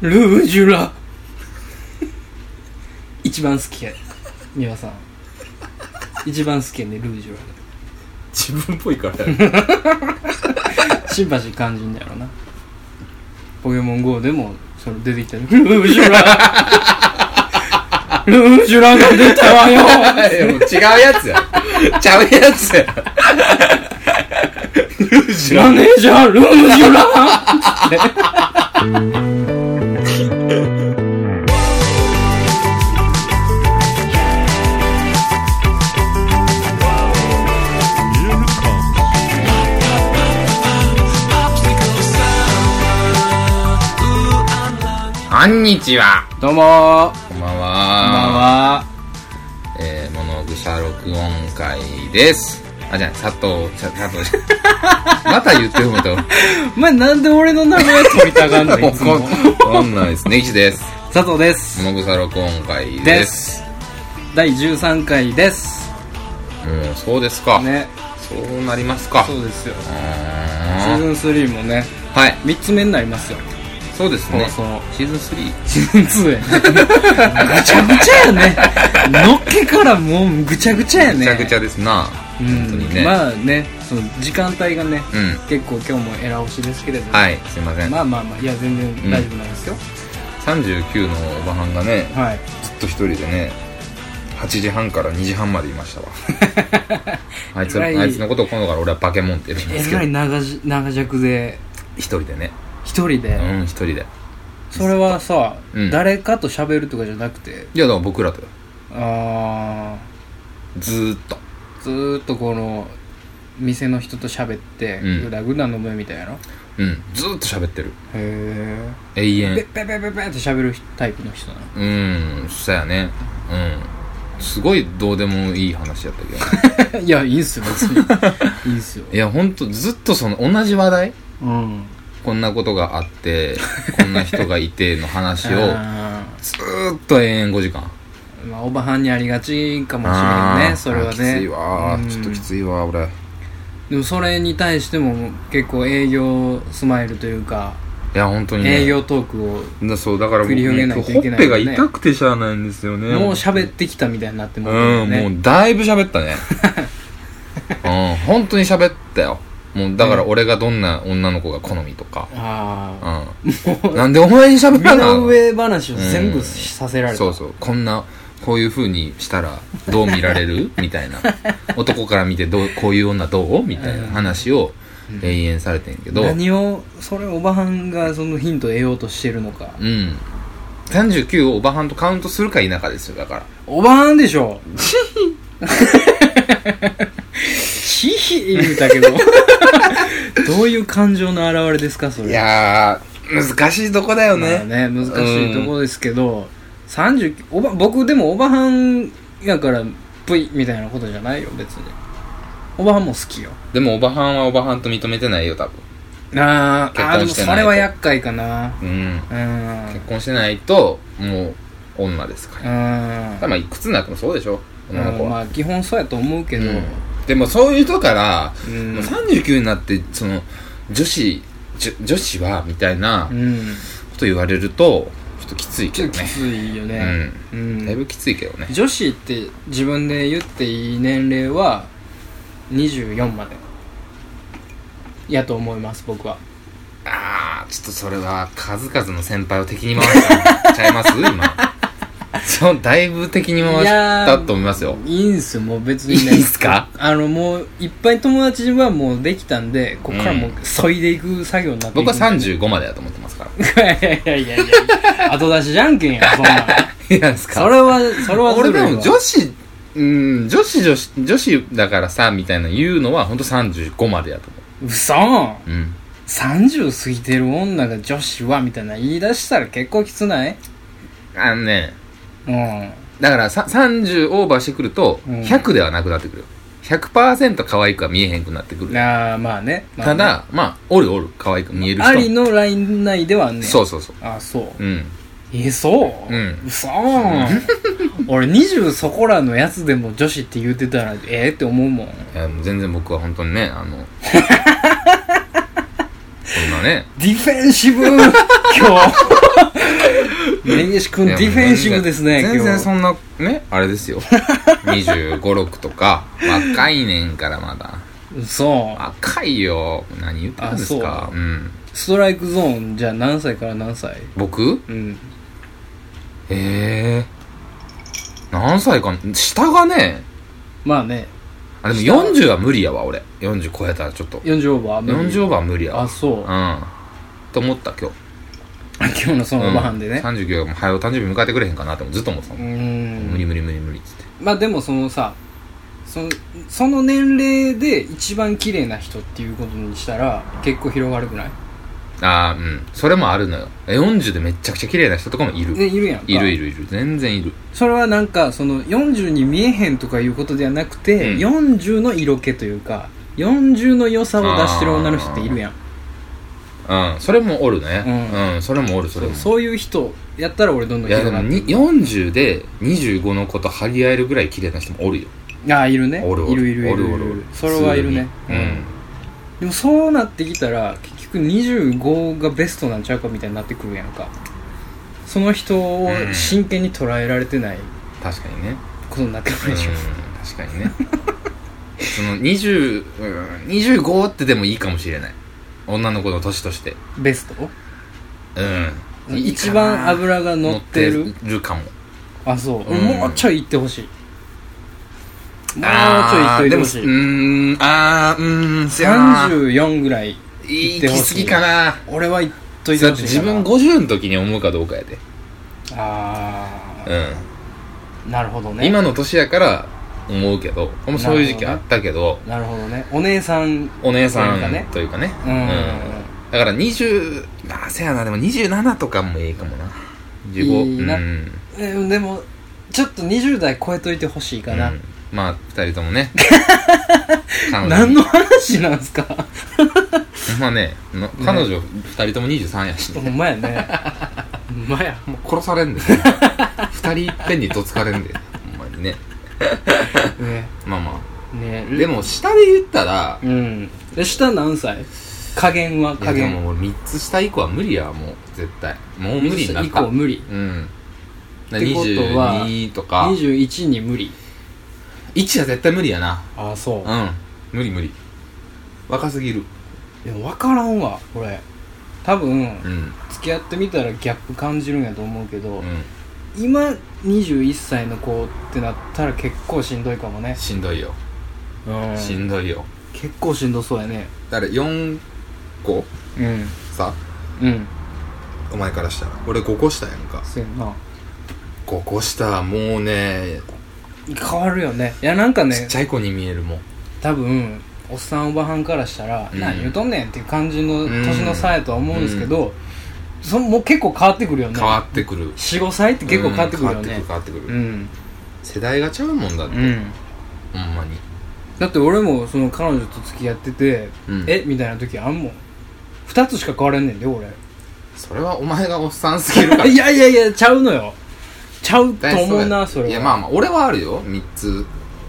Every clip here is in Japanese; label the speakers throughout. Speaker 1: ルージュラ一番好きや美輪さん一番好きやねルージュ
Speaker 2: 自分 っぽいからやろ
Speaker 1: ラシンパシー感じんだやろなポケモン GO でもそれ出てきたよルージュラ ルージュラが出たわよ
Speaker 2: いやもう違うやつやちゃうやつやルージュ
Speaker 1: マ
Speaker 2: ラ
Speaker 1: ネージャールージュラ
Speaker 2: こんにちは
Speaker 1: どうもー
Speaker 2: こんばんは
Speaker 1: こんばんは
Speaker 2: えー、モノグサ録音会ですあじゃあ佐藤ちゃ佐藤じ ゃまた言ってるもと
Speaker 1: お前なんで俺の名前取りたがんのいつも
Speaker 2: こんなんですね岸です
Speaker 1: 佐藤です
Speaker 2: モノグサ録音会
Speaker 1: で
Speaker 2: です
Speaker 1: す第13回です
Speaker 2: もうそうですか、
Speaker 1: ね
Speaker 2: そうなりますか
Speaker 1: そうですよ
Speaker 2: う
Speaker 1: シ
Speaker 2: ー
Speaker 1: ー
Speaker 2: ん
Speaker 1: ズン3もね
Speaker 2: はい
Speaker 1: 3つ目になりますよ
Speaker 2: そうですね
Speaker 1: 放送
Speaker 2: シーズン3
Speaker 1: シーズン2やねぐちゃぐちゃやねのっけからもうぐちゃぐちゃやね
Speaker 2: ぐちゃぐちゃですな
Speaker 1: う
Speaker 2: 本当にね
Speaker 1: んまあねその時間帯がね
Speaker 2: うん
Speaker 1: 結構今日もエラ押しですけれども
Speaker 2: はいすいません
Speaker 1: まあまあまあいや全然大丈夫なんですよ
Speaker 2: 39のおばはんがね
Speaker 1: はい
Speaker 2: ずっと一人でね8時半から2時半までい ましたわあいつ
Speaker 1: えらい
Speaker 2: あいつのことを今度から俺はバケモンって言うんで
Speaker 1: え
Speaker 2: すけど
Speaker 1: らい長じ長尺で
Speaker 2: 一人でね
Speaker 1: 一人で、
Speaker 2: うん一人で
Speaker 1: それはさ、
Speaker 2: うん
Speaker 1: 誰かと喋るとかじゃなくて
Speaker 2: いやだから僕らとよ
Speaker 1: あ
Speaker 2: ずーっと
Speaker 1: ーずーっとこの店の人と喋って
Speaker 2: うん
Speaker 1: グダグダ飲むみたいなの、へ
Speaker 2: うんずーっと喋ってる
Speaker 1: えペ
Speaker 2: 永
Speaker 1: ッ
Speaker 2: 遠
Speaker 1: ペッペッペッペッって喋るタイプの人なの
Speaker 2: うんそやねうんすごいどうでもいい話やったけどね
Speaker 1: いやいいんすよ別にいいんすよ
Speaker 2: いやほんとずっとその同じ話題
Speaker 1: うん
Speaker 2: こんなことがあってこんな人がいての話 を
Speaker 1: あ
Speaker 2: ずーっと延々5時間
Speaker 1: ーまあおばはんにありがちかもしれ
Speaker 2: あ
Speaker 1: ない
Speaker 2: ー
Speaker 1: ねそれはね
Speaker 2: きついわ
Speaker 1: う
Speaker 2: ー
Speaker 1: ん
Speaker 2: ちょっときついわー俺
Speaker 1: でもそれに対しても結構営業スマイルというか、
Speaker 2: いや本当にね
Speaker 1: 営業トークを
Speaker 2: だそうだから僕
Speaker 1: 繰り広げないといけないよね
Speaker 2: ほっぺが痛くてしゃあないんですよね
Speaker 1: もう喋ってきたみたいになっても
Speaker 2: うん、
Speaker 1: ね、
Speaker 2: もうだいぶ 喋ったね。うん、本当に喋ったよ。もうだから俺がどんな女の子が好みとか。
Speaker 1: あ
Speaker 2: うん。なんでお前に
Speaker 1: あ
Speaker 2: 喋ら
Speaker 1: 身
Speaker 2: な
Speaker 1: の
Speaker 2: い
Speaker 1: 上話を全部させられた、
Speaker 2: そうそう。こんな、こういう風にしたらどう見ら れるみたいな。男から見てどう、こういう女どうみたいな話を永遠されてんけど。うん。
Speaker 1: 何をそれおばはんがそのヒントを得ようとしてるのか
Speaker 2: 39をおばはんとカウントするか否かですよ、だから。
Speaker 1: おばはんでし ょヒヒ言うたけどどういう感情の表れですかそれ
Speaker 2: いやー、難しいとこだよね。
Speaker 1: まあね難しいところですけど、30おば僕でもおばはんやからぷいみたいなことじゃないよ別におばはんも好きよ
Speaker 2: でもおばはんはおばはんと認めてないよ、多分。
Speaker 1: あーあーでも
Speaker 2: 結婚して
Speaker 1: そ
Speaker 2: ないと
Speaker 1: れは厄介かな
Speaker 2: うん。
Speaker 1: うん
Speaker 2: 結婚してないともう女ですから、
Speaker 1: うん
Speaker 2: たまあいくつになってもそうでしょ女の子は、
Speaker 1: まあ基本そうやと思うけ
Speaker 2: う
Speaker 1: ど、
Speaker 2: んでもそういう人から、
Speaker 1: うん
Speaker 2: もう39になってその女子じょ女子はみたいな
Speaker 1: う
Speaker 2: こ
Speaker 1: ん、
Speaker 2: と言われるとちょっときつい
Speaker 1: ち
Speaker 2: け
Speaker 1: ょっ
Speaker 2: ど
Speaker 1: とき
Speaker 2: ね
Speaker 1: ついよね、うん
Speaker 2: だいぶきついけどね
Speaker 1: 女子って自分で言っていい年齢は24までやと思います僕は
Speaker 2: ああちょっとそれは数々の先輩を敵に回したんちゃいま す今そうだいぶ敵に回したと思いますよ
Speaker 1: いいんすよもう別に
Speaker 2: いいんすか
Speaker 1: あのもういっぱい友達はもうできたんでここからもう
Speaker 2: う
Speaker 1: 削いでいく作業になっていく
Speaker 2: 僕は35までだと思ってますか ら
Speaker 1: いやいやいやいや後出しじゃんけんやそんなん
Speaker 2: いやですか
Speaker 1: それはそれはずる
Speaker 2: 俺
Speaker 1: い
Speaker 2: で
Speaker 1: わ
Speaker 2: も女子うん女子女子女子だからさみたいな言うのは本当35までやと思
Speaker 1: うそ
Speaker 2: ううん
Speaker 1: 30過ぎてる女が女子はみたいな言い出したら結構きつない
Speaker 2: あのね
Speaker 1: うん
Speaker 2: だからさ30オーバーしてくると
Speaker 1: うん
Speaker 2: 100ではなくなってくるよ100%可愛くは見えへんくなってくる
Speaker 1: ああまあね,、まあ
Speaker 2: た
Speaker 1: ね
Speaker 2: だまあおるおる可愛く見える
Speaker 1: あり
Speaker 2: 人も
Speaker 1: のライン内ではね
Speaker 2: そううそうそう
Speaker 1: あそう
Speaker 2: うん
Speaker 1: えそう
Speaker 2: うん
Speaker 1: 嘘俺20そこらのやつでも女子って言うてたらええって思うもん
Speaker 2: いやもう全然僕は本当にねあ のこんなね
Speaker 1: ディフェンシブ今日根岸君ディフェンシブですね
Speaker 2: い
Speaker 1: 今
Speaker 2: や全
Speaker 1: 日
Speaker 2: 然そんなねあ れですよ2 5 6とか若いねんからまだ
Speaker 1: そう
Speaker 2: 若いよ何言ってるんです
Speaker 1: あ
Speaker 2: か、、
Speaker 1: そううんストライクゾーンじゃあ何歳から何歳
Speaker 2: 僕
Speaker 1: うん
Speaker 2: ええ何歳かな下がね
Speaker 1: まあね
Speaker 2: あでも
Speaker 1: 下
Speaker 2: 40は無理やわ俺40超えたらちょっと
Speaker 1: 40オーバー
Speaker 2: 40オーバー無理やわ
Speaker 1: あそう
Speaker 2: うんと思った今日
Speaker 1: 今日のそのバハンでね
Speaker 2: 39も早う誕生日迎えてくれへんかなってずっと思ってた
Speaker 1: う
Speaker 2: もん、
Speaker 1: ん
Speaker 2: 無理無理無理無理っつって
Speaker 1: まあでもそのさそのその年齢で一番綺麗な人っていうことにしたら結構広がるくない
Speaker 2: ああうんそれもあるのよ40でめっちゃくちゃ綺麗な人とかもいる、
Speaker 1: ねいるやんか
Speaker 2: いるいるいる全然いる
Speaker 1: それはなんかその40に見えへんとかいうことではなくて、
Speaker 2: うん
Speaker 1: 40の色気というか40の良さを出してる女の人っているやん
Speaker 2: うんそれもおるね
Speaker 1: う
Speaker 2: うん、それもおるそ
Speaker 1: そ
Speaker 2: れ
Speaker 1: う
Speaker 2: も
Speaker 1: そういう人やったら俺どんどん
Speaker 2: いやでも
Speaker 1: なって
Speaker 2: に40で25の子と張り合えるぐらい綺麗な人もおるよ
Speaker 1: ああいるね
Speaker 2: おるおる
Speaker 1: いるいるいるいる
Speaker 2: おるおる
Speaker 1: それはいるね
Speaker 2: 普通にうん
Speaker 1: でもそうなってきたら結局25がベストなんちゃうかみたいになってくるやんかその人を
Speaker 2: うん
Speaker 1: 真剣に捉えられてない
Speaker 2: 確かにね
Speaker 1: ことになってくるでしょ、
Speaker 2: うん確かにね その20うん25ってでもいいかもしれない女の子の年として
Speaker 1: ベスト
Speaker 2: うんいいか
Speaker 1: 一
Speaker 2: な
Speaker 1: 番脂が乗ってる
Speaker 2: 乗ってるかも
Speaker 1: あそう、
Speaker 2: うん
Speaker 1: もうちょい行ってほしいもうちょい行っ
Speaker 2: あ
Speaker 1: と
Speaker 2: ー
Speaker 1: い
Speaker 2: で
Speaker 1: て
Speaker 2: も
Speaker 1: ほ
Speaker 2: う
Speaker 1: しい
Speaker 2: ーんあーうーんせやな
Speaker 1: 34ぐらい
Speaker 2: 行き過ぎかな
Speaker 1: 俺は行っといて
Speaker 2: だ
Speaker 1: ほ
Speaker 2: っ
Speaker 1: してい
Speaker 2: 自分
Speaker 1: ご
Speaker 2: 50の時に思うかどうかやで、
Speaker 1: ああ、
Speaker 2: う
Speaker 1: なるほど
Speaker 2: ん
Speaker 1: ね
Speaker 2: 今の年やから思うけど俺もそういう時期あったけど
Speaker 1: なるほどねお姉さん
Speaker 2: お姉さ
Speaker 1: そういうかね
Speaker 2: んというかね
Speaker 1: うん
Speaker 2: うんだから20まあせやなでも27とかもいいかもな
Speaker 1: いいな
Speaker 2: 15うん
Speaker 1: えでもちょっと20代超えといてほしいかな、
Speaker 2: うんまあ二人とも ね彼女
Speaker 1: 何の話なんすか
Speaker 2: まあねの彼女二人とも23やし
Speaker 1: ほ
Speaker 2: ね
Speaker 1: んまやねほんまや
Speaker 2: もう殺されん で二人いっぺんにどつかれんでほんまにね
Speaker 1: ね
Speaker 2: まあま
Speaker 1: ね
Speaker 2: あでも下で言ったら
Speaker 1: うんで下何歳加減はい
Speaker 2: や
Speaker 1: 加
Speaker 2: で
Speaker 1: 減
Speaker 2: も俺3つ下以降は無理やわもう絶対もう無理になっ
Speaker 1: 以
Speaker 2: た
Speaker 1: 降無理
Speaker 2: うんだ
Speaker 1: ってことは
Speaker 2: 22とか
Speaker 1: 21に無理
Speaker 2: 1は絶対無理やな
Speaker 1: ああそう
Speaker 2: うん無理無理若すぎる
Speaker 1: でも分からんわこれ多分
Speaker 2: うん
Speaker 1: 付き合ってみたらギャップ感じるんやと思うけど、
Speaker 2: うん
Speaker 1: 今21歳の子ってなったら結構しんどいかもね、
Speaker 2: しんどいよ
Speaker 1: うん
Speaker 2: しんどいよ
Speaker 1: 結構しんどそうやね
Speaker 2: だから4個
Speaker 1: うん
Speaker 2: さ
Speaker 1: うん
Speaker 2: お前からしたら俺5個下やんか
Speaker 1: そうやな
Speaker 2: 5個下はもうね
Speaker 1: 変わるよねいやなんか
Speaker 2: ちっ
Speaker 1: ね
Speaker 2: ちゃい子に見えるもん
Speaker 1: 多分おっさんおばはんからしたら「
Speaker 2: うん
Speaker 1: 何言うとんねん」っていう感じの年の差やとは思うんですけど、そもう結構変わってくるよね
Speaker 2: 変わってくる
Speaker 1: 45歳って結構変わってくるよ
Speaker 2: うん
Speaker 1: ね
Speaker 2: 変わってくる変わっ
Speaker 1: う
Speaker 2: てくる、
Speaker 1: ん
Speaker 2: 世代がちゃうもんだって、
Speaker 1: うん
Speaker 2: ほんまに
Speaker 1: だって俺もその彼女と付き合ってて、
Speaker 2: うん
Speaker 1: えみたいな時あんもん2つしか変われんねんで俺
Speaker 2: それはお前がおっさんすぎるから
Speaker 1: いやいやいやちゃうのよちゃうと
Speaker 2: 大体
Speaker 1: 思う
Speaker 2: や
Speaker 1: なそれはい
Speaker 2: やまあまあ俺はあるよ3つ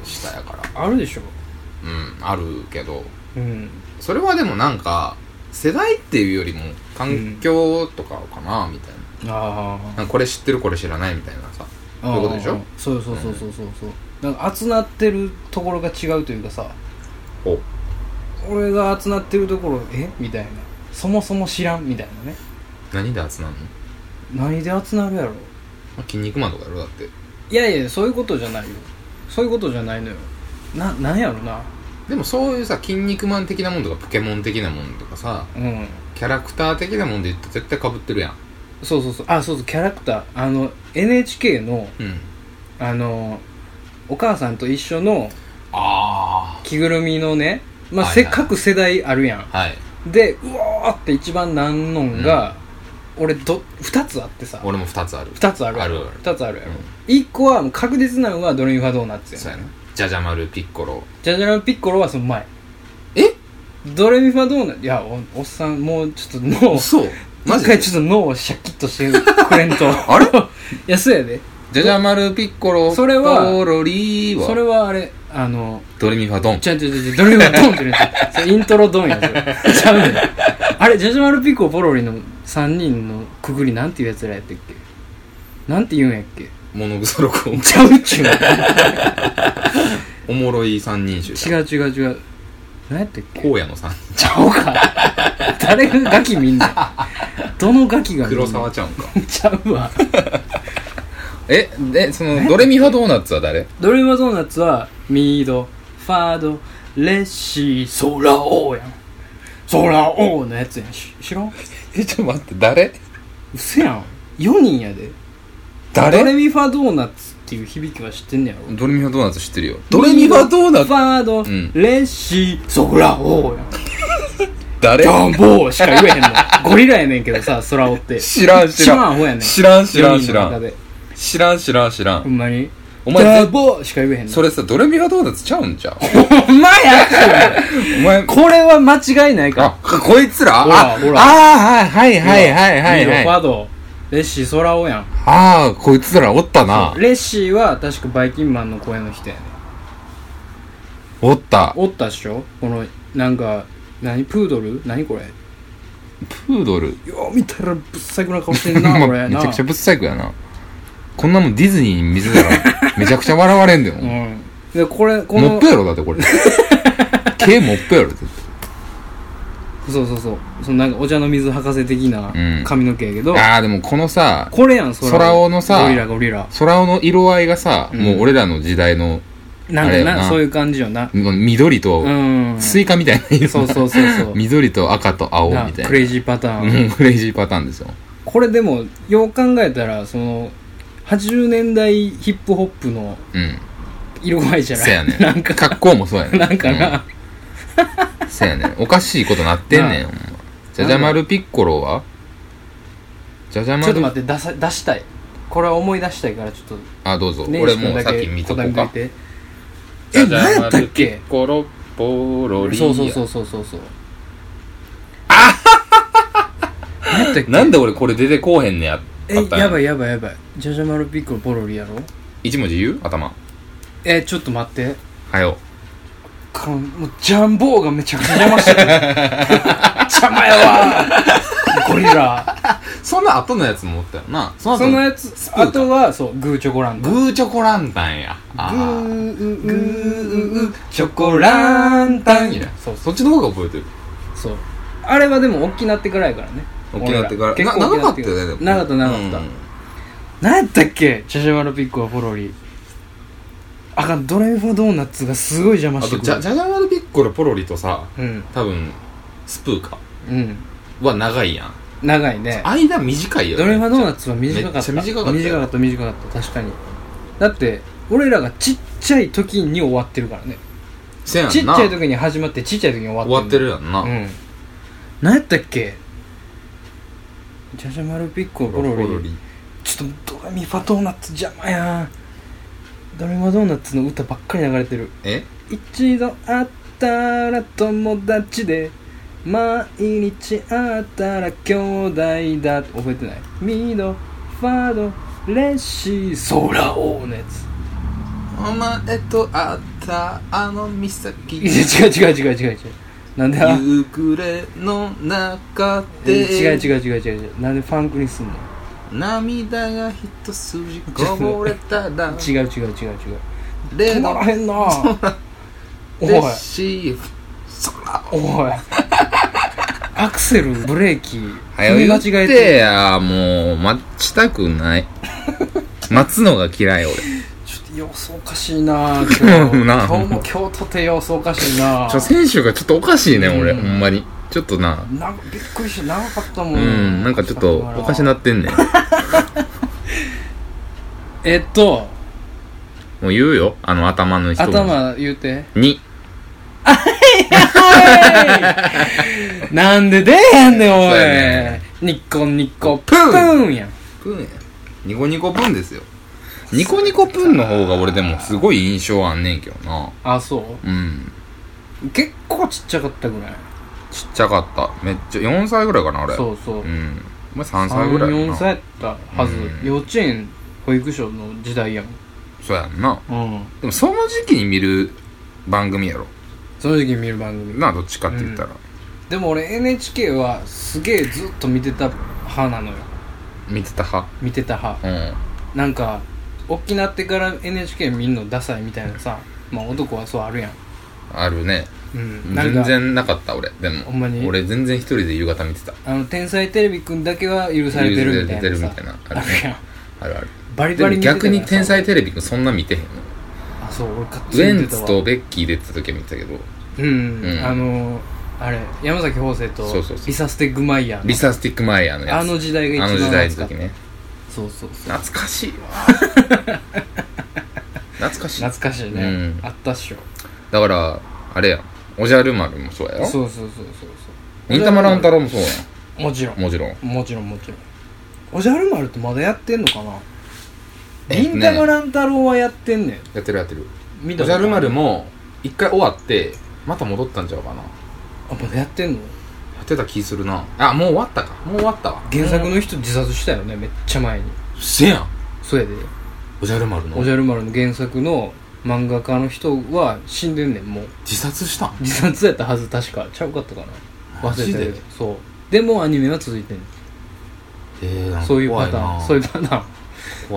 Speaker 2: 下やから
Speaker 1: あるでしょ
Speaker 2: うんあるけど
Speaker 1: うん
Speaker 2: それはでもなんか世代っていうよりも環境とかかな、みたいな
Speaker 1: あ
Speaker 2: なんかこれ知ってるこれ知らないみたいなさそういうことでしょ
Speaker 1: そうそうそうそうそうそうなんか集なってるところが違うというかさ
Speaker 2: お
Speaker 1: 俺が集なってるところえみたいなそもそも知らんみたいなね
Speaker 2: 何で集まんの、
Speaker 1: 何で集なるやろ
Speaker 2: まあ、筋肉マンとかやろだって
Speaker 1: いやいやそういうことじゃないよそういうことじゃないのよななんやろな
Speaker 2: でもそういうさ筋肉マン的なもんとかポケモン的なもんとかさ
Speaker 1: うん
Speaker 2: キャラクター的なもんで言ったら絶対かぶってるやん
Speaker 1: そうそうそうあそうそうキャラクターあの NHK の
Speaker 2: うん
Speaker 1: あのお母さんと一緒の
Speaker 2: あ
Speaker 1: 着ぐるみのね、まあ
Speaker 2: はいはい
Speaker 1: せ各世代あるやん
Speaker 2: あはい
Speaker 1: でうわーって一番なんのんが、俺ど2つあってさ
Speaker 2: 俺も2つある
Speaker 1: 2つあるやろ
Speaker 2: あるある
Speaker 1: 2つあるやろ、
Speaker 2: うん
Speaker 1: 1個はもう確実なのがドリームファドーナツやん
Speaker 2: そうやなじゃじゃ丸ピッコロ
Speaker 1: ジャジャランピッコロはその前
Speaker 2: え
Speaker 1: ドレミファドーナいやおおっさんもうちょっと脳
Speaker 2: そう
Speaker 1: 一回ちょっと脳をシャキッとしてくれんと
Speaker 2: あれ
Speaker 1: いやそうやで
Speaker 2: じゃじゃ丸ピッコロ
Speaker 1: それは
Speaker 2: ポロリーは
Speaker 1: それはあれあの
Speaker 2: ドレミファドン
Speaker 1: ちゃちゃちゃちゃ、ドリルがドンってな ってそれイントロドンやそれ。ちゃうねん。あれ、ジャジャマルピコポロリの3人のくぐりなんていうやつらやったっけなんて言うんやっけ
Speaker 2: 物腐ろく
Speaker 1: ちゃうっちゅうの
Speaker 2: おもろい三人衆
Speaker 1: 違う違う違う何やったっけ
Speaker 2: 荒野の三人
Speaker 1: ちゃうか誰がガキみんなどのガキが見んの
Speaker 2: 黒沢ちゃうんか
Speaker 1: ちゃうわ
Speaker 2: えでそのドレミファドーナツは誰
Speaker 1: ドレマドーナツはミードファードレッシーソラオーやんソラオーのやつやんし知らん
Speaker 2: えちょっと待って誰
Speaker 1: うせやん4人やでドレ
Speaker 2: 誰
Speaker 1: ミファドーナツっていう響きは知ってんねやろ
Speaker 2: ドレミファドーナツ知ってるよドレミファドーナ
Speaker 1: フ
Speaker 2: ツ
Speaker 1: ァード、
Speaker 2: ん
Speaker 1: レッシーソラオーやん
Speaker 2: 誰
Speaker 1: ダンボーしか言えへんのゴリラやねんけどさソラオって
Speaker 2: 知らん知
Speaker 1: 知ら
Speaker 2: ら
Speaker 1: んほやねん
Speaker 2: ん知らん知らん
Speaker 1: 四
Speaker 2: 知
Speaker 1: 人
Speaker 2: ら
Speaker 1: の中
Speaker 2: ん
Speaker 1: で
Speaker 2: 知らん知らん知ら
Speaker 1: ほ
Speaker 2: ん
Speaker 1: んまに
Speaker 2: お前
Speaker 1: ダ
Speaker 2: ぜ
Speaker 1: ンボーしか言えへんの
Speaker 2: それさドレミファドーナツちゃうんじゃん
Speaker 1: ほんま や
Speaker 2: お前
Speaker 1: これは間違いないから
Speaker 2: あこいつら
Speaker 1: ほら
Speaker 2: あ
Speaker 1: ほら
Speaker 2: あーはいはいはいはい
Speaker 1: ミー
Speaker 2: は
Speaker 1: ド
Speaker 2: い
Speaker 1: フ
Speaker 2: はい
Speaker 1: ァドレッシーソラオやん
Speaker 2: ああこいつらおったな
Speaker 1: レッシーは確かバイキンマンの声の人やね
Speaker 2: おった
Speaker 1: おったっしょこのなんか何プードル何これ
Speaker 2: プー ドル
Speaker 1: よう見たらぶっさくな顔して んなこれ
Speaker 2: め
Speaker 1: な
Speaker 2: ちゃくちゃぶっさいくやなこんなもんディズニーに見せたら めちゃくちゃ笑われんだよ
Speaker 1: う
Speaker 2: も
Speaker 1: んでこれこ
Speaker 2: っ
Speaker 1: の
Speaker 2: ぺやろだってこれ毛もっぺやろ絶
Speaker 1: そうそうそうそのなんかお茶の水博士的な
Speaker 2: うん
Speaker 1: 髪の毛やけど、
Speaker 2: 対ああでもこのさ
Speaker 1: これやんソラ
Speaker 2: ソラオのさ
Speaker 1: ゴリラゴリラ
Speaker 2: 空の色合いがさ、
Speaker 1: ん
Speaker 2: もう俺らの時代の
Speaker 1: なん
Speaker 2: あれ
Speaker 1: か
Speaker 2: や
Speaker 1: な
Speaker 2: な
Speaker 1: そういう感じよな
Speaker 2: 緑と、
Speaker 1: うん
Speaker 2: スイカみたいな色
Speaker 1: そうそうそうそう
Speaker 2: 緑と赤と青み
Speaker 1: な
Speaker 2: たいな
Speaker 1: クレイジーパターン、
Speaker 2: うんクレイジーパターンですよ
Speaker 1: これでもよう考えたらその80年代ヒップホップの
Speaker 2: うん
Speaker 1: 色合いじゃない
Speaker 2: せやね
Speaker 1: なんか
Speaker 2: 格好もそうやね
Speaker 1: なんかな、
Speaker 2: うんせやねおかしいことなってんねん
Speaker 1: な
Speaker 2: ほんまじゃじゃ丸ピッコロはじゃじ ゃ
Speaker 1: ちょっと
Speaker 2: 丸
Speaker 1: 待って出さ出したいこれは思い出したいからちょっと
Speaker 2: あどうぞ
Speaker 1: ね
Speaker 2: 俺もうさっき見とこう
Speaker 1: 答え
Speaker 2: か
Speaker 1: といてえ何やったっけ
Speaker 2: コロポロリ
Speaker 1: そうそうそううそうそうそうあ何やったっけ
Speaker 2: なんで俺これ出てこうへんねや
Speaker 1: え
Speaker 2: あったん
Speaker 1: やばいやばいやばいジャジャマルピッコロポロリやろ
Speaker 2: 一文字言う頭
Speaker 1: えちょっと待って
Speaker 2: はよ
Speaker 1: このもうジャンボーがめちゃくちゃ邪魔して る邪魔やわゴリラ
Speaker 2: その後のやつもおったよなその後
Speaker 1: そのやつ
Speaker 2: スプー
Speaker 1: あとはそうグーチョコランタン
Speaker 2: グーチョコランタンやあー
Speaker 1: ー
Speaker 2: グーチョコ
Speaker 1: ラ
Speaker 2: ラ
Speaker 1: ン
Speaker 2: ン
Speaker 1: タ
Speaker 2: タ
Speaker 1: ン
Speaker 2: ン
Speaker 1: や
Speaker 2: や
Speaker 1: そうそ
Speaker 2: そっちの方が覚えてる
Speaker 1: そうあれはでも大きなってからやからね
Speaker 2: 大きなってから
Speaker 1: 俺ら結
Speaker 2: な
Speaker 1: 構
Speaker 2: 長か
Speaker 1: 大
Speaker 2: った
Speaker 1: き
Speaker 2: よ
Speaker 1: なって
Speaker 2: ねでも
Speaker 1: 長かった長かった、
Speaker 2: うん
Speaker 1: 何やったっけチャチャマルピッコロポロリあかんドレミファドーナツがすごい邪魔
Speaker 2: あ
Speaker 1: して
Speaker 2: と
Speaker 1: く
Speaker 2: じゃ
Speaker 1: る
Speaker 2: じゃじゃ丸ピッコロポロリとさ
Speaker 1: うん
Speaker 2: 多分スプーカ
Speaker 1: うん
Speaker 2: は長いやん
Speaker 1: 長いね
Speaker 2: 間短いよね
Speaker 1: ドレミファドーナツは短かった
Speaker 2: めっちゃ短かったよ
Speaker 1: 短かった短かった確かにだって俺らがちっちゃい時に終わってるからね
Speaker 2: せやんな
Speaker 1: ちっちゃい時に始まってちっちゃい時に終わって
Speaker 2: 終わってるやんな、
Speaker 1: うん何やったっけジャジャマルピッコロポロリちょっとドレミファドーナツ邪魔やドレミファドーナツの歌ばっかり流れてる
Speaker 2: え
Speaker 1: 一度会ったら友達で毎日会ったら兄弟だって覚えてないミドファドレッシーソラオーのやつ
Speaker 2: お前と会ったあの岬
Speaker 1: いや違う違う違う違う違うなんであ
Speaker 2: 夕暮れの中
Speaker 1: 違う違う違う違う違うなんでファンクにすんの
Speaker 2: 涙が一筋
Speaker 1: こぼれ違
Speaker 2: たら
Speaker 1: う違う違う違う
Speaker 2: レ
Speaker 1: 止まらへんな おい
Speaker 2: シー空
Speaker 1: おい アクセルブレーキ
Speaker 2: 早
Speaker 1: 踏
Speaker 2: う
Speaker 1: み
Speaker 2: 言
Speaker 1: 間
Speaker 2: っ
Speaker 1: 違え
Speaker 2: てやもう待ちたくない 待つのが嫌い俺
Speaker 1: ちょっと様子おかしい な今日
Speaker 2: な
Speaker 1: 今日も今日とて様子おかしいな
Speaker 2: ちょ選手がちょっとおかしいね俺、
Speaker 1: うん
Speaker 2: ほんまにちょっとな
Speaker 1: なんかびっくりして長かったもん
Speaker 2: うんなんかちょっとおかしなってんねん
Speaker 1: えっと
Speaker 2: もう言うよあの頭の人
Speaker 1: 頭言うて
Speaker 2: に
Speaker 1: なんで出えへんねんお
Speaker 2: そうやね
Speaker 1: いニッコニッコプ
Speaker 2: プン
Speaker 1: ーンやん
Speaker 2: プンやニコニコプンですよニコニコプンの方が俺でもすごい印象あんねんけどな
Speaker 1: あそ
Speaker 2: うん
Speaker 1: う結構ちっちゃかったぐらい
Speaker 2: ちっちゃかっためっちゃ4歳ぐらいかなあれ
Speaker 1: そうそう
Speaker 2: うんお前3歳ぐらいや
Speaker 1: 34
Speaker 2: な
Speaker 1: 歳やったはず
Speaker 2: うん
Speaker 1: 幼稚園保育所の時代やん
Speaker 2: そうやんな
Speaker 1: うん
Speaker 2: でもその時期に見る番組やろ
Speaker 1: その時に見る番組
Speaker 2: などっちかって言ったら、
Speaker 1: でも俺 NHK はすげえずっと見てた派なのよ
Speaker 2: 見てた派
Speaker 1: 見てた派
Speaker 2: うん
Speaker 1: なんか大きなってから NHK 見るのダサいみたいなさまあ男はそうあるやん
Speaker 2: あるね
Speaker 1: うんなんか
Speaker 2: 全然なかった俺でも
Speaker 1: ほんまに
Speaker 2: 俺全然一人で夕方見てた
Speaker 1: あの天才テレビくんだけは許されてるみたいな
Speaker 2: 許
Speaker 1: さ
Speaker 2: されてるみたいな
Speaker 1: あ
Speaker 2: あるね
Speaker 1: るやん
Speaker 2: あるある
Speaker 1: バリ
Speaker 2: で
Speaker 1: バリ
Speaker 2: も
Speaker 1: 見てたからさ
Speaker 2: 逆に天才テレビくんそんな見てへんの
Speaker 1: あそう俺勝
Speaker 2: ウ
Speaker 1: 手に
Speaker 2: ェ
Speaker 1: 見
Speaker 2: ン
Speaker 1: てた
Speaker 2: ツ
Speaker 1: わ
Speaker 2: とベッキー出てた時は見てたけど
Speaker 1: うん、
Speaker 2: うん
Speaker 1: あのあれ山崎邦生と
Speaker 2: そうそうそう
Speaker 1: リサ・ステッグマイヤーの
Speaker 2: リサスティックマイヤーのやつ
Speaker 1: あの時代が一
Speaker 2: あ
Speaker 1: 番
Speaker 2: の時代の
Speaker 1: 懐か
Speaker 2: 時ね
Speaker 1: そうそうそう
Speaker 2: 懐かしいわ 懐かしい
Speaker 1: 懐かしいね、
Speaker 2: うん
Speaker 1: あったっしょ
Speaker 2: だからあれやんおじゃる丸もそうや
Speaker 1: そ
Speaker 2: よ
Speaker 1: うそうそうそうそう
Speaker 2: 忍たま乱太郎もそうやん
Speaker 1: もちろん
Speaker 2: もちろん
Speaker 1: もちろんもちろんおじゃる丸ってまだやってんのかな
Speaker 2: えっと
Speaker 1: 銀
Speaker 2: ね
Speaker 1: 玉乱太郎はやってんねん
Speaker 2: やってるやってる
Speaker 1: 見た
Speaker 2: お
Speaker 1: こ
Speaker 2: じ
Speaker 1: と
Speaker 2: ゃ
Speaker 1: あ
Speaker 2: る丸も一回終わってまた戻ったんちゃうかなや
Speaker 1: あまだやってんの
Speaker 2: ってた気するなあもう終わったかもう終わったわ
Speaker 1: 原作
Speaker 2: う
Speaker 1: の人自殺したよねめっちゃ前に
Speaker 2: っせやん
Speaker 1: そうやで
Speaker 2: おじゃる丸の
Speaker 1: おじゃる丸の原作の漫画家の人は死んでんねんもう
Speaker 2: 自殺したん
Speaker 1: 自殺やったはず確かちゃうかったかな
Speaker 2: マ
Speaker 1: 忘れ
Speaker 2: ジ
Speaker 1: て
Speaker 2: で
Speaker 1: るそうでもアニメは続いてんねん
Speaker 2: えーなんか
Speaker 1: そういうパタ
Speaker 2: 怖
Speaker 1: ー
Speaker 2: な
Speaker 1: ンそういうパターン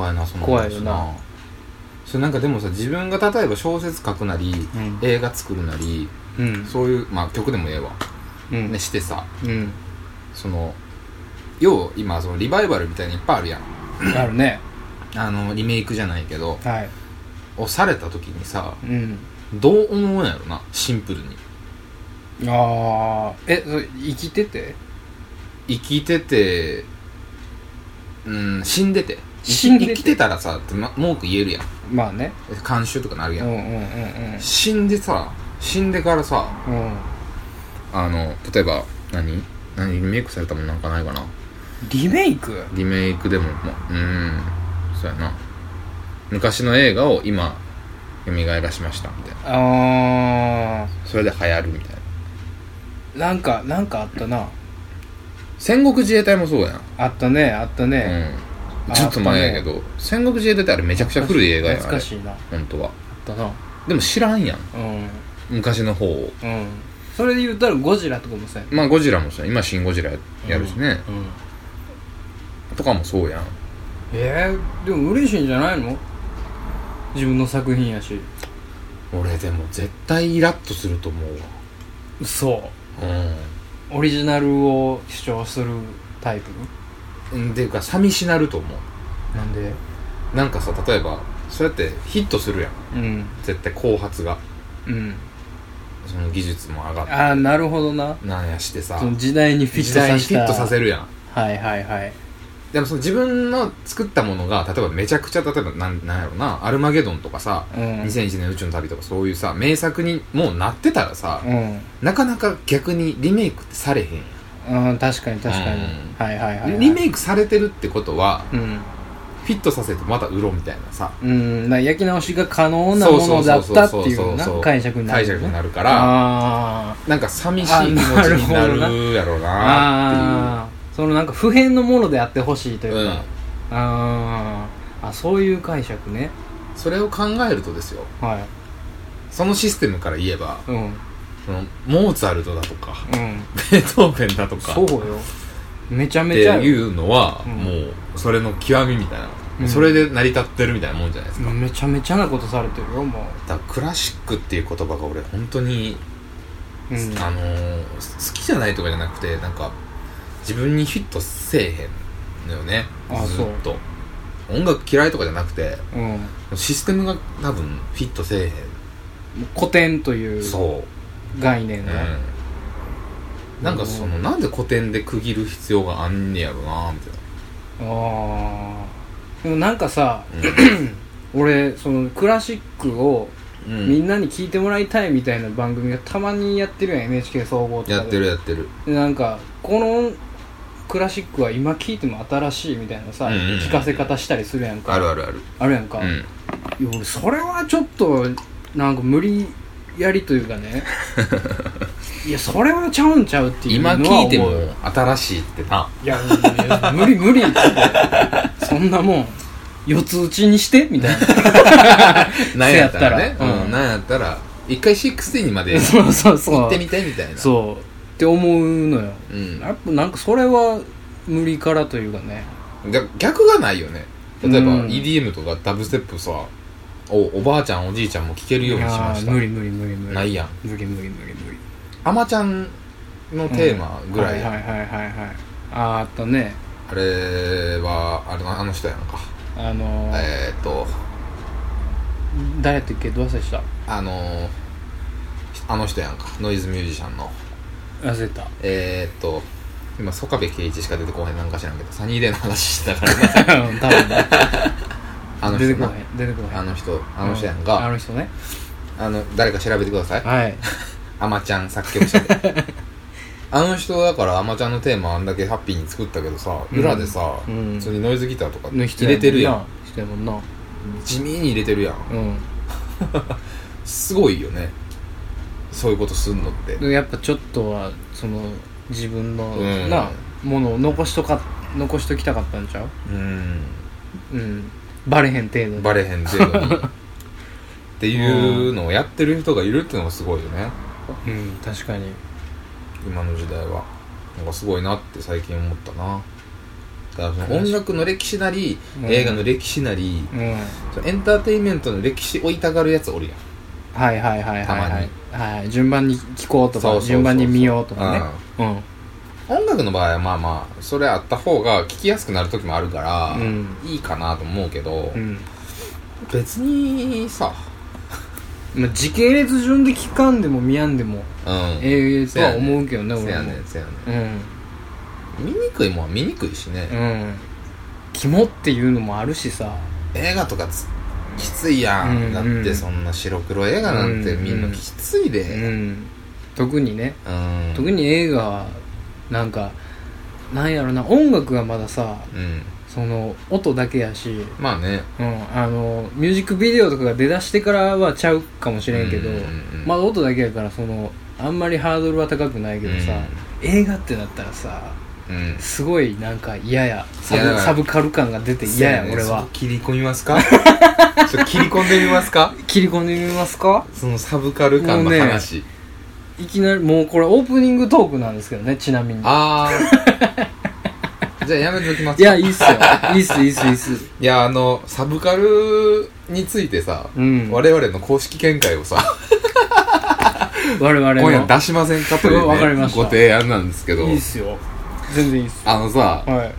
Speaker 2: 怖いなその話
Speaker 1: 怖いよな
Speaker 2: それなんかでもさ自分が例えば小説書くなり、
Speaker 1: うん
Speaker 2: 映画作るなり
Speaker 1: うん
Speaker 2: そういうまあ曲でもええわ、
Speaker 1: うん
Speaker 2: ね、してさ
Speaker 1: うん
Speaker 2: その要は今そのリバイバルみたいにいっぱいあるやん
Speaker 1: あるね
Speaker 2: あのリメイクじゃないけど
Speaker 1: はい
Speaker 2: をされた時にさ
Speaker 1: うん
Speaker 2: どう思うんやろなシンプルに
Speaker 1: ああえそれ生きてて
Speaker 2: 生きててうん死んでて
Speaker 1: 死んでて
Speaker 2: 生きてたらさって、ま、文句言えるやん
Speaker 1: まあね
Speaker 2: 監修とかなる
Speaker 1: う
Speaker 2: や
Speaker 1: ん
Speaker 2: ん、
Speaker 1: うんうんうん
Speaker 2: 死んでさ死んでからさ
Speaker 1: うん
Speaker 2: あの例えば何何リメイクされたもんなんかないかな
Speaker 1: リメイク
Speaker 2: リメイクでもまあうーんそうやな昔の映画を今蘇らしましたみたいな
Speaker 1: あ
Speaker 2: それで流行るみたいな
Speaker 1: ーなんかなんかあったな
Speaker 2: 戦国自衛隊もそうやん
Speaker 1: あったねあったね、
Speaker 2: うんちょっと前やけど、戦国自衛隊ってあれめちゃくちゃ古い映画やんあ
Speaker 1: 懐
Speaker 2: れ
Speaker 1: かしいなあっ
Speaker 2: 本当は
Speaker 1: たな
Speaker 2: でも知らんやん
Speaker 1: うん
Speaker 2: 昔の方を
Speaker 1: うんそれで言ったらゴジラとかもそうやね
Speaker 2: まあゴジラもそう今新ゴジラやるしね、
Speaker 1: うん
Speaker 2: とかもそうやん
Speaker 1: えー、でも嬉しいんじゃないの自分の作品やし
Speaker 2: 俺でも絶対イラッとすると思うわ
Speaker 1: そう
Speaker 2: うん
Speaker 1: オリジナルを主張するタイプ
Speaker 2: うんていうか寂しなると思
Speaker 1: なんで
Speaker 2: うなんかさ例えばそうやってヒットするや
Speaker 1: う
Speaker 2: ん
Speaker 1: ん
Speaker 2: 絶対後発が
Speaker 1: うん
Speaker 2: その技術も上がっ
Speaker 1: ああなるほどな
Speaker 2: てなんやしてさ
Speaker 1: その時代にフィット
Speaker 2: 時
Speaker 1: さ
Speaker 2: 代に
Speaker 1: せ
Speaker 2: フ
Speaker 1: た
Speaker 2: ィットさせるやん
Speaker 1: はいはいはい
Speaker 2: でもその自分の作ったものが例えばめちゃくちゃ例えばなんなんやろな「アルマゲドン」とかさ、
Speaker 1: うん
Speaker 2: 2001年宇宙の旅とかそういうさ名作にもうなってたらさ、
Speaker 1: うん
Speaker 2: なかなか逆にリメイクってされへんやん、
Speaker 1: うん、確かに確かに、
Speaker 2: うん
Speaker 1: はいはいはい、はい、
Speaker 2: リメイクされてるってことは
Speaker 1: うん、
Speaker 2: フィットさせてまた売ろうみたいなさ
Speaker 1: うん、な焼き直しが可能なものだったっていうな
Speaker 2: そそそそ
Speaker 1: 解釈になる
Speaker 2: 解釈になるから
Speaker 1: あー
Speaker 2: なんか寂しい気持ちになるやろうなっ
Speaker 1: あーそのなんか普遍のものであってほしいとい
Speaker 2: ていうう、う
Speaker 1: か、
Speaker 2: ん、
Speaker 1: あーあそういう解釈ね
Speaker 2: それを考えるとですよ
Speaker 1: はい
Speaker 2: そのシステムから言えば
Speaker 1: うんうん
Speaker 2: そのモーツァルトだとか ベートーベンだとか
Speaker 1: そうよめちゃ
Speaker 2: っ
Speaker 1: め
Speaker 2: て
Speaker 1: ちゃよ
Speaker 2: いうのは、
Speaker 1: うん
Speaker 2: もうそれの極みみたいな、
Speaker 1: うん
Speaker 2: それで成り立ってるみたいなもんじゃないですか、
Speaker 1: めちゃめちゃなことされてるよも
Speaker 2: だからクラシックっていう言葉が俺本当に、
Speaker 1: う、うん、
Speaker 2: あのー好きじゃないとかじゃなくてなんか自分にヒットせえへんのよね
Speaker 1: あ
Speaker 2: ずっと音楽嫌いとかじゃなくて
Speaker 1: うん、も
Speaker 2: システムが多分フィットせえへん、
Speaker 1: う古典という
Speaker 2: そう
Speaker 1: 概念
Speaker 2: うん
Speaker 1: が、
Speaker 2: なんかそのなんで古典で区切る必要があんねやろなみたい
Speaker 1: あーでもなんかさ、
Speaker 2: な、
Speaker 1: 俺そのクラシックを
Speaker 2: うん
Speaker 1: みんなに聞いてもらいたいみたいな番組がたまにやってるやん NHK 総合とかで
Speaker 2: やってるやってる
Speaker 1: でなんかこのクラシックは今聴いても新しいみたいなさ、
Speaker 2: うんうんうん
Speaker 1: 聞かせ方したりするやんか
Speaker 2: あるあるある
Speaker 1: あるやんか、
Speaker 2: うん
Speaker 1: いや俺それはちょっとなんか無理やりというか ねいやそれはちゃうんちゃうっていうの
Speaker 2: 今
Speaker 1: は思う
Speaker 2: 聞いても新しいってない
Speaker 1: やいや無理無理ってそんなもん四つ打ちにしてみたい
Speaker 2: なんやったらね
Speaker 1: せやったら
Speaker 2: うんなんやったら一回60にまで
Speaker 1: な そうそうそう
Speaker 2: 行ってみたいみたいな
Speaker 1: そうって思うのよ
Speaker 2: うん
Speaker 1: やっぱなんかそれは無理からというかね
Speaker 2: 逆逆がないよね例えば
Speaker 1: うん
Speaker 2: EDM とかダブステップさおおばあちゃんおじいちゃんも聴けるようにしま
Speaker 1: いや
Speaker 2: し
Speaker 1: ー
Speaker 2: た
Speaker 1: 無理無理無理無理
Speaker 2: ないやん
Speaker 1: 無理無理無理無理
Speaker 2: あまちゃんのテーマぐらい、
Speaker 1: はいはいはいはいはいあーあとね
Speaker 2: あれはあれあの人やんか
Speaker 1: あのー
Speaker 2: えーっと
Speaker 1: 誰やったっけどう忘れした
Speaker 2: あのーあの人やんかノイズミュージシャンの
Speaker 1: 忘れ た
Speaker 2: えーっと今曽我部圭一しか出てこへんなんか知らんけどサニーデーの話してたか ら
Speaker 1: うん多分ね
Speaker 2: あの
Speaker 1: 出て
Speaker 2: 人
Speaker 1: こへ
Speaker 2: なん
Speaker 1: 出てこへん
Speaker 2: あの人あの人やん
Speaker 1: うあ
Speaker 2: か
Speaker 1: の人ね
Speaker 2: あの誰か調べてください
Speaker 1: はい
Speaker 2: あまちゃん作曲者で あの人だからあまちゃんのテーマあんだけハッピーに作ったけどさ
Speaker 1: うん
Speaker 2: 裏でさ、
Speaker 1: うん
Speaker 2: 普通にノイズギターとか
Speaker 1: の
Speaker 2: 入れてるやん
Speaker 1: 人やもんな
Speaker 2: 地味に入れてるやん
Speaker 1: うん
Speaker 2: すごいよねそういうことすんのって
Speaker 1: でもやっぱちょっとはその自分の、
Speaker 2: うん
Speaker 1: なものを残しとか残しときたかったんちゃう
Speaker 2: うん
Speaker 1: うんバレへん程度に
Speaker 2: バレへん程度 にっていうのをやってる人がいるっていうのがすごいよね
Speaker 1: うん確かに
Speaker 2: 今の時代はなんかすごいなって最近思ったなだからその音楽の歴史なり、
Speaker 1: うん
Speaker 2: 映画の歴史なり
Speaker 1: うん
Speaker 2: そのエンターテインメントの歴史追いたがるやつおるやん
Speaker 1: はいはいはい
Speaker 2: た
Speaker 1: はい
Speaker 2: ま
Speaker 1: は
Speaker 2: に
Speaker 1: い、はい、順番に聞こうと
Speaker 2: そうそうそ
Speaker 1: か
Speaker 2: うそう
Speaker 1: 順番に見ようとかねうん
Speaker 2: 音楽の場合はまあまあそれあった方が聞きやすくなる時もあるから、
Speaker 1: うん
Speaker 2: いいかなと思うけど、
Speaker 1: うん、
Speaker 2: 別にさ
Speaker 1: まあ、時系列順で聞かんでも見やんでも
Speaker 2: うん
Speaker 1: ええとは思うけどね
Speaker 2: せ
Speaker 1: 俺
Speaker 2: や
Speaker 1: も
Speaker 2: ねんせやね
Speaker 1: うん
Speaker 2: ん見にくいもんは見にくいしね、
Speaker 1: うん肝っていうのもあるしさ
Speaker 2: 映画とかつきついやん、
Speaker 1: うん
Speaker 2: だってそんな白黒映画なんて
Speaker 1: うん
Speaker 2: みんなきついうで
Speaker 1: ん特にね
Speaker 2: うん、うん、
Speaker 1: 特に映画はなんかなんやろな音楽がまださ
Speaker 2: うん
Speaker 1: その音だけやし、
Speaker 2: まあね
Speaker 1: うん、あのミュージックビデオとかが出だしてからはちゃうかもしれんけど、
Speaker 2: うんうんうん
Speaker 1: まだ音だけやからそのあんまりハードルは高くないけどさ、映画ってなったらさ
Speaker 2: うん
Speaker 1: すごいなんか嫌やサ
Speaker 2: 嫌や
Speaker 1: ブサブカル感が出て嫌や
Speaker 2: せね
Speaker 1: 俺
Speaker 2: そ
Speaker 1: は
Speaker 2: こ切り込みますか ちょっと切り込んでみますか
Speaker 1: 切り込んでみますか
Speaker 2: そのサブカル感の話、
Speaker 1: いきなりもうこれオープニングトークなんですけどねちなみに
Speaker 2: ああ じゃあやめておきます
Speaker 1: いやいいっすよいいっすいいっすいいっす
Speaker 2: いやあのサブカルについてさ、
Speaker 1: うん
Speaker 2: 我々の公式見解をさ
Speaker 1: 我々の
Speaker 2: 今夜出しませんかという、ね、
Speaker 1: わかりました
Speaker 2: ご提案なんですけど
Speaker 1: いいっすよ全然いいっす
Speaker 2: あのさ、
Speaker 1: はい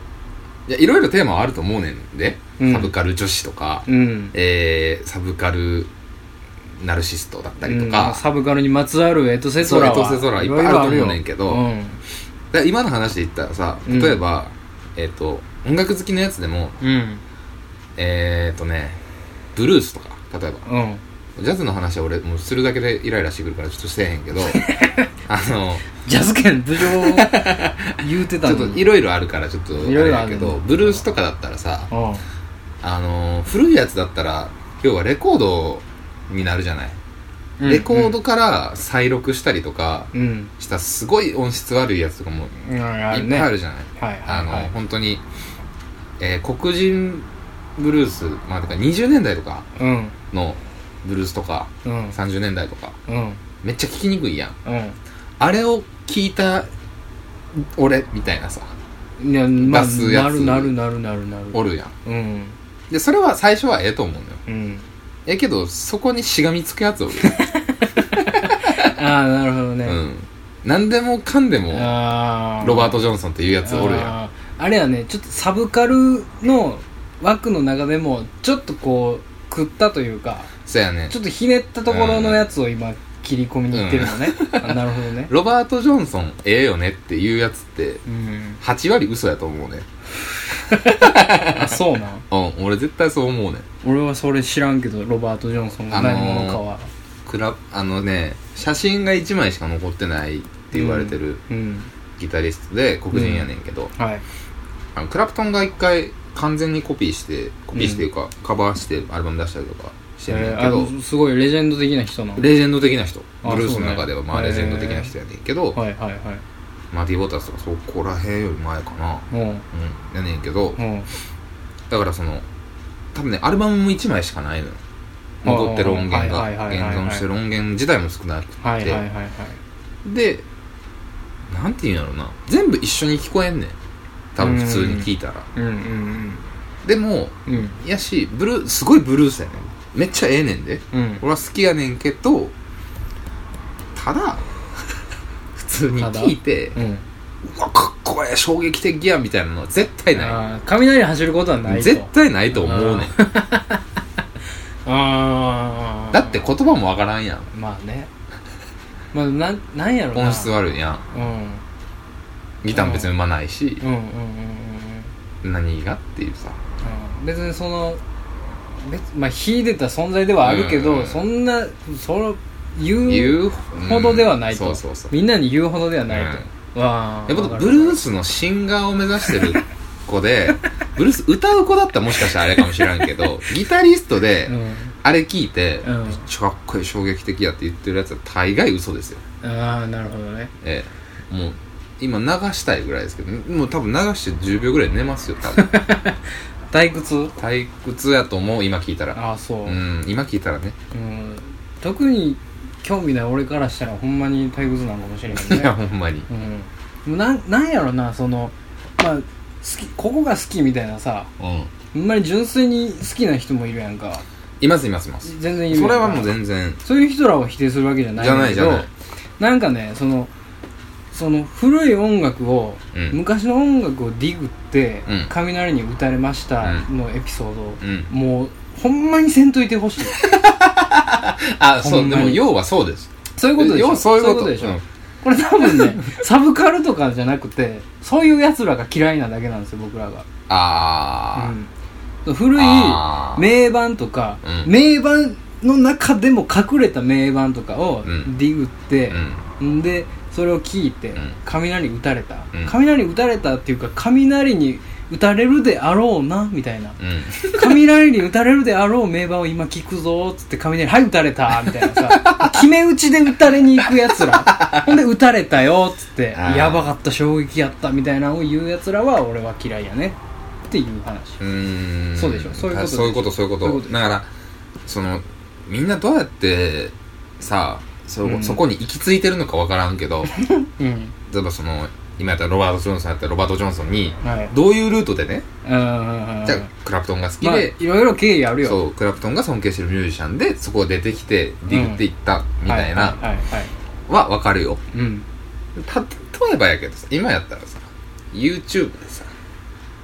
Speaker 2: いや、いろいろテーマはあると思うねんで、
Speaker 1: うん
Speaker 2: サブカル女子とか、
Speaker 1: うん
Speaker 2: えー、サブカルナルシストだったりと
Speaker 1: うん
Speaker 2: か、
Speaker 1: サブカルにまつわるエトセトラは
Speaker 2: そうエトセトラはいっぱいあると思うねんけど
Speaker 1: いろいろあるよ
Speaker 2: だから今の話で言ったらさ、
Speaker 1: うん
Speaker 2: 例えば、えっ、と、音楽好きのやつでも、
Speaker 1: うん
Speaker 2: えっ、とね、ブルースとか、例えば、
Speaker 1: うんうん
Speaker 2: ジャズの話は俺、もうするだけでイライラしてくるからちょっとせえへん けど、あの、
Speaker 1: ジャズ圏侮上言うてた
Speaker 2: ちょ
Speaker 1: の
Speaker 2: っと
Speaker 1: に
Speaker 2: いろいろあるからちょっとあ
Speaker 1: いろ
Speaker 2: れ
Speaker 1: いろあ
Speaker 2: や
Speaker 1: る
Speaker 2: け
Speaker 1: ね
Speaker 2: ど、ブルースとかだったらさ、
Speaker 1: うん
Speaker 2: あの、古いやつだったら、要はレコードになるじゃない。レコードから再録したりとか
Speaker 1: うん
Speaker 2: したすごい音質悪いやつとかもいっ
Speaker 1: うんあ
Speaker 2: ぱ
Speaker 1: る
Speaker 2: い
Speaker 1: ね
Speaker 2: あ
Speaker 1: はい
Speaker 2: るじゃない。
Speaker 1: はい
Speaker 2: あの、
Speaker 1: はい
Speaker 2: 本当に、えー黒人ブルース、まあ、だから20年代とか
Speaker 1: うん
Speaker 2: のブルースとか、
Speaker 1: うん
Speaker 2: 30年代とか、
Speaker 1: うん
Speaker 2: めっちゃ聞きにくいやん。
Speaker 1: う
Speaker 2: あれを聞いた俺みたいなさ、
Speaker 1: んいやまあ
Speaker 2: 出すや
Speaker 1: な
Speaker 2: つ
Speaker 1: るなるなるなるなる
Speaker 2: おるやん。
Speaker 1: うん
Speaker 2: で、それは最初はええと思うのよ。
Speaker 1: うん
Speaker 2: ええけど、そこにしがみつくやつおる
Speaker 1: ああなるほどね
Speaker 2: やん。うん。何でもかんでも、
Speaker 1: ああ
Speaker 2: ロバート・ジョンソンっていうやつおるやん。
Speaker 1: あーあれはねちょっとサブカルの枠の中でもちょっとこう食ったというか
Speaker 2: そやね
Speaker 1: ちょっとひねったところのやつを今切り込みにいってるのね、あなるほどね
Speaker 2: ロバート・ジョンソンええよねって いうやつって
Speaker 1: うん
Speaker 2: 8割嘘やと思うね
Speaker 1: あそうなん
Speaker 2: うん俺絶対そう思うね
Speaker 1: 俺はそれ知らんけどロバート・ジョンソンが何者かは、
Speaker 2: クラあのね写真が1枚しか残ってないって言われてる
Speaker 1: うん
Speaker 2: ギタリストで黒人やねんけど、
Speaker 1: はい
Speaker 2: あのクラプトンが1回完全にコピーしてコピーしていうか、カバーしてアルバム出したりとかしてんねん
Speaker 1: えー
Speaker 2: け
Speaker 1: あ
Speaker 2: ど、
Speaker 1: のすごいレジェンド的な人なの
Speaker 2: レジェンド的な人
Speaker 1: あ
Speaker 2: ブルース
Speaker 1: そう
Speaker 2: の
Speaker 1: ね
Speaker 2: 中ではまあ
Speaker 1: へー
Speaker 2: レジェンド的な人やねんけど、
Speaker 1: はいはいはい
Speaker 2: マティ・ボタスとかそこら辺より前かな
Speaker 1: うん
Speaker 2: うんやねんけど、
Speaker 1: うん
Speaker 2: だからその多分ねアルバムも1枚しかないのよ残ってる音源が
Speaker 1: はい
Speaker 2: 現
Speaker 1: はいはいはいはい
Speaker 2: 存してる音源自体も少なくて、
Speaker 1: はいはいはいはい
Speaker 2: でなんていうんやろうな全部一緒に聞こえんねん多分普通に聞いたら、
Speaker 1: うんうん
Speaker 2: でも
Speaker 1: うん
Speaker 2: やしブルーすごいブルースやねんめっちゃええねんで、
Speaker 1: うん
Speaker 2: 俺は好きやねんけどただ普通に聞いて
Speaker 1: うん
Speaker 2: うわかっこええ衝撃的やみたいなのは絶対な
Speaker 1: あー雷走ることはない
Speaker 2: い
Speaker 1: と
Speaker 2: 絶対ないと思うねん
Speaker 1: あー
Speaker 2: だって言葉もわからんやん
Speaker 1: まあねまあなんなんやろな
Speaker 2: 音質悪いやん
Speaker 1: うん
Speaker 2: ギターも別にうまないし
Speaker 1: うんうんうんうん
Speaker 2: 何がっていうさ
Speaker 1: うんうん別にその別まあ秀でた存在ではあるけど、
Speaker 2: うん
Speaker 1: そんなその言う
Speaker 2: 言う
Speaker 1: ほどではないと、
Speaker 2: うんそうそうそう
Speaker 1: みんなに言うほどではないと、わあ
Speaker 2: やっぱブルースのシンガーを目指してる子でブルース歌う子だったらもしかしたらあれかもしらんけどギタリストで
Speaker 1: うん
Speaker 2: あれ聞いて、
Speaker 1: うん
Speaker 2: めっちゃかっこいい衝撃的やって言ってるやつは大概嘘ですよ
Speaker 1: ああなるほどね
Speaker 2: ええもう今流したいぐらいですけどもう多分流して10秒ぐらい寝ますよ 多分
Speaker 1: 退屈
Speaker 2: 退屈やと思う今聞いたら
Speaker 1: ああそう、
Speaker 2: うん今聞いたらね
Speaker 1: うん特に興味ない俺からしたらほんまに退屈なのかもしれんけど
Speaker 2: いや
Speaker 1: ね、
Speaker 2: ほんまに
Speaker 1: うん、なんなんやろなそのまあ好きここが好きみたいなさ
Speaker 2: うん
Speaker 1: ほんまに純粋に好きな人もいるやんか
Speaker 2: いますいますいます
Speaker 1: 全然いるやん
Speaker 2: そ
Speaker 1: か
Speaker 2: れはもう全然
Speaker 1: そういう人らを否定するわけじゃないんだけど
Speaker 2: じゃないじ
Speaker 1: なんかねそのその古い音楽を、
Speaker 2: うん
Speaker 1: 昔の音楽をディグって、
Speaker 2: うん
Speaker 1: 雷に打たれました
Speaker 2: うん
Speaker 1: のエピソードを、
Speaker 2: うん
Speaker 1: もうほんまにせんといてほしい
Speaker 2: あそう
Speaker 1: ほん
Speaker 2: で
Speaker 1: まに
Speaker 2: も要はそうです
Speaker 1: そういうことでし
Speaker 2: 要
Speaker 1: ょ
Speaker 2: はそういうこと
Speaker 1: でしょ、
Speaker 2: うん
Speaker 1: これ多分ねサブカルとかじゃなくてそういう奴らが嫌いなだけなんですよ僕らが、
Speaker 2: あー
Speaker 1: うん、古い
Speaker 2: あー
Speaker 1: 名盤とか、
Speaker 2: うん
Speaker 1: 名盤の中でも隠れた名盤とかを
Speaker 2: うん
Speaker 1: ディグって、
Speaker 2: うん
Speaker 1: んでそれを聞いて、
Speaker 2: うん
Speaker 1: 雷打たれた、
Speaker 2: うん
Speaker 1: 雷打たれたっていうか雷に打たれるであろうなみたいな
Speaker 2: うん
Speaker 1: 雷に打たれるであろう名盤を今聞くぞっつって雷はい打たれたみたいな さ決め打ちで打たれに行くやつらほんで打たれたよっつって
Speaker 2: あー
Speaker 1: やばかった衝撃やったみたいなのを言うやつらは俺は嫌いやねっていう話
Speaker 2: うーん
Speaker 1: そうでしょそういうことでしょ
Speaker 2: そういうことそういうこ
Speaker 1: そういうこととでしょ
Speaker 2: だからそのみんなどうやってさそ,、
Speaker 1: うん
Speaker 2: そこに行き着いてるのかわからん けど
Speaker 1: うん
Speaker 2: 例えばその今やったらロバート・ジョンソンやったらロバート・ジョンソンに
Speaker 1: はい
Speaker 2: どういうルートでね
Speaker 1: うんうんうん
Speaker 2: じゃあクラプトンが好き
Speaker 1: まあ
Speaker 2: で
Speaker 1: い、ろいろ経緯あるよ
Speaker 2: そうクラプトンが尊敬してるミュージシャンでそこを出てきてディグっていったみたい
Speaker 1: は
Speaker 2: な
Speaker 1: はいはいはい
Speaker 2: はわかるよ
Speaker 1: うん
Speaker 2: た例えばやけどさ今やったらさ YouTube でさ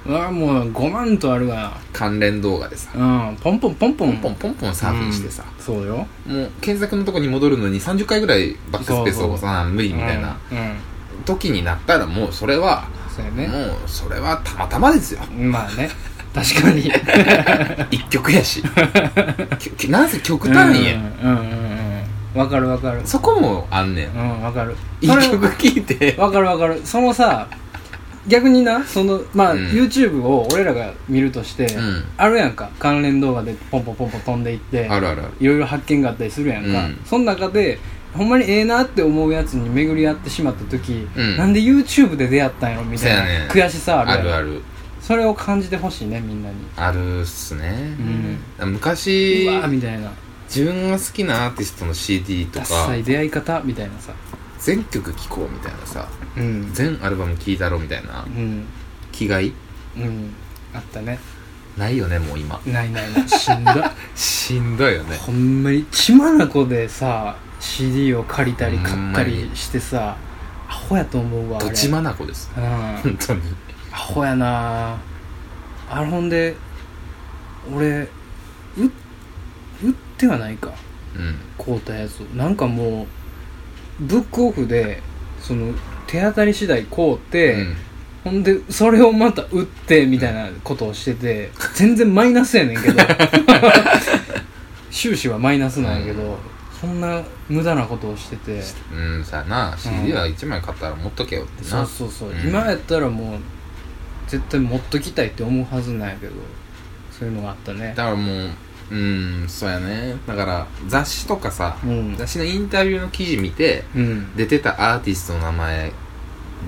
Speaker 1: うわもう5万とあるが
Speaker 2: 関連動画でさ
Speaker 1: うんポンポンポンポ
Speaker 2: ポ
Speaker 1: ン
Speaker 2: ンポンポンポンサーフィンしてさ、
Speaker 1: うんそうよ
Speaker 2: もう検索のとこに戻るのに30回ぐらいバックスペースを押さな無理みたいな
Speaker 1: うん、うん
Speaker 2: 時になったらもうそれは
Speaker 1: そうや
Speaker 2: も
Speaker 1: ね
Speaker 2: うそれはたまた まですよ
Speaker 1: まあね確かに
Speaker 2: 一曲 やしききなんせ極端にや
Speaker 1: うんうんうんうんわかるわかる
Speaker 2: そこもあんね
Speaker 1: うんんわかる
Speaker 2: 一
Speaker 1: それ
Speaker 2: 曲聴いて
Speaker 1: わかるわかるそのさ逆になそのまあ、
Speaker 2: うん
Speaker 1: YouTube を俺らが見るとして、
Speaker 2: ん
Speaker 1: あるやんか関連動画でポンポンポンポン飛んでいって
Speaker 2: あるあるある
Speaker 1: いろいろ発見があったりするやんか、
Speaker 2: うん
Speaker 1: その中でほんまにええなって思うやつに巡り合ってしまった時、
Speaker 2: うん
Speaker 1: なんで YouTube で出会ったんやろみたいな、
Speaker 2: そうやね
Speaker 1: 悔しさある
Speaker 2: あ
Speaker 1: やん
Speaker 2: るある
Speaker 1: それを感じてほしいねみんなに
Speaker 2: あるっすね
Speaker 1: う
Speaker 2: 昔
Speaker 1: わーみたいな
Speaker 2: 自分が好きなアーティストの CD と
Speaker 1: ダッサ
Speaker 2: か
Speaker 1: い出会い方みたいなさ
Speaker 2: 全曲聴こうみたいなさ
Speaker 1: うん
Speaker 2: 全アルバム聴いたろみたいな
Speaker 1: うん
Speaker 2: 気概
Speaker 1: うんあったね
Speaker 2: ないよねもう今
Speaker 1: ないないない しんだ
Speaker 2: しんどいよね
Speaker 1: ほんまに血眼でさ CD を借りたり
Speaker 2: ほ
Speaker 1: 買
Speaker 2: ん
Speaker 1: っ
Speaker 2: ま
Speaker 1: たり
Speaker 2: に
Speaker 1: してさアホやと思うわあれ
Speaker 2: どちまなこです
Speaker 1: うん
Speaker 2: 本当に
Speaker 1: アホやなあれほんで俺う打ってはないか
Speaker 2: うん
Speaker 1: 買うたやつをなんかもうブックオフでその手当たり次第買うて、
Speaker 2: うん
Speaker 1: ほんでそれをまた打ってみたいなことをしてて全然マイナスやね んけど終始はマイナスなんやけど、
Speaker 2: うん
Speaker 1: そんな無駄なことをしてて
Speaker 2: うんさあな CD は1枚買ったら持っとけよって
Speaker 1: そ
Speaker 2: な
Speaker 1: うそうそう、
Speaker 2: うん
Speaker 1: 今やったらもう絶対持っときたいって思うはずなんやけどそういうのがあったね
Speaker 2: だからもううんそうやねだから雑誌とかさ
Speaker 1: うん
Speaker 2: 雑誌のインタビューの記事見て
Speaker 1: うん
Speaker 2: 出てたアーティストの名前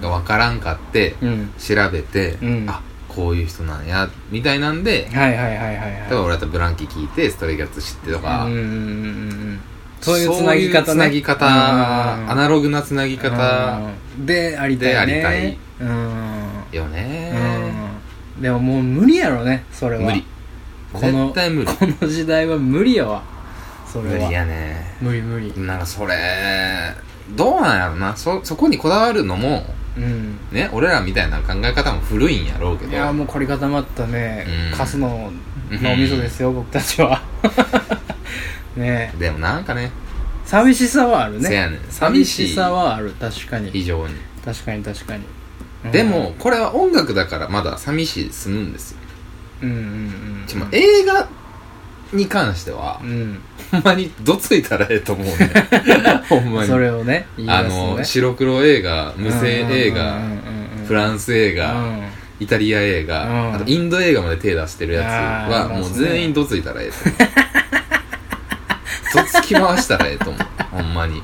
Speaker 2: がわからんかって
Speaker 1: うん
Speaker 2: 調べて
Speaker 1: うん
Speaker 2: あこういう人なんやみたいなんで
Speaker 1: はいはいはいはい
Speaker 2: 例えば
Speaker 1: は
Speaker 2: 俺だったらブランキー聞いてストレイキャッツ知ってとか
Speaker 1: いうんうんうんうんそういうつなぎ方ね
Speaker 2: そういうつなぎ方
Speaker 1: うん
Speaker 2: アナログなつなぎ方
Speaker 1: うんでありたいね
Speaker 2: であり
Speaker 1: うん
Speaker 2: よね
Speaker 1: うでももう無理やろねそれは
Speaker 2: 無理
Speaker 1: この
Speaker 2: 絶対無理
Speaker 1: この時代は無理やわそれ
Speaker 2: 無
Speaker 1: は
Speaker 2: 理やね
Speaker 1: 無理無理
Speaker 2: なんかそれどうなんやろなそそこにこだわるのも
Speaker 1: うん
Speaker 2: ね俺らみたいな考え方も古いんやろうけど
Speaker 1: いやもう凝り固まったね、
Speaker 2: うん
Speaker 1: カスの脳みそですよ、僕たちは ねえ
Speaker 2: でもなんかね
Speaker 1: 寂しさはある
Speaker 2: せ
Speaker 1: ね
Speaker 2: やねん寂
Speaker 1: 寂
Speaker 2: しい
Speaker 1: しさはある確かに
Speaker 2: 非常に
Speaker 1: 確かに確かに、うん
Speaker 2: でもこれは音楽だからまだ寂しい済むんですよ
Speaker 1: うんうんうん
Speaker 2: ちょまあ映画に関しては
Speaker 1: う、ん
Speaker 2: ほんまにどついたらええ と思うねほんまに
Speaker 1: それをね言い出
Speaker 2: あ
Speaker 1: すね
Speaker 2: の、白黒映画無声映画
Speaker 1: うんうんうんうん
Speaker 2: フランス映画、
Speaker 1: うん
Speaker 2: イタリア映画、
Speaker 1: うん
Speaker 2: あとインド映画まで手出してるやつ
Speaker 1: あ
Speaker 2: は
Speaker 1: ー
Speaker 2: もう全員どついたらええと思 うどつき回したらええと思うほんまに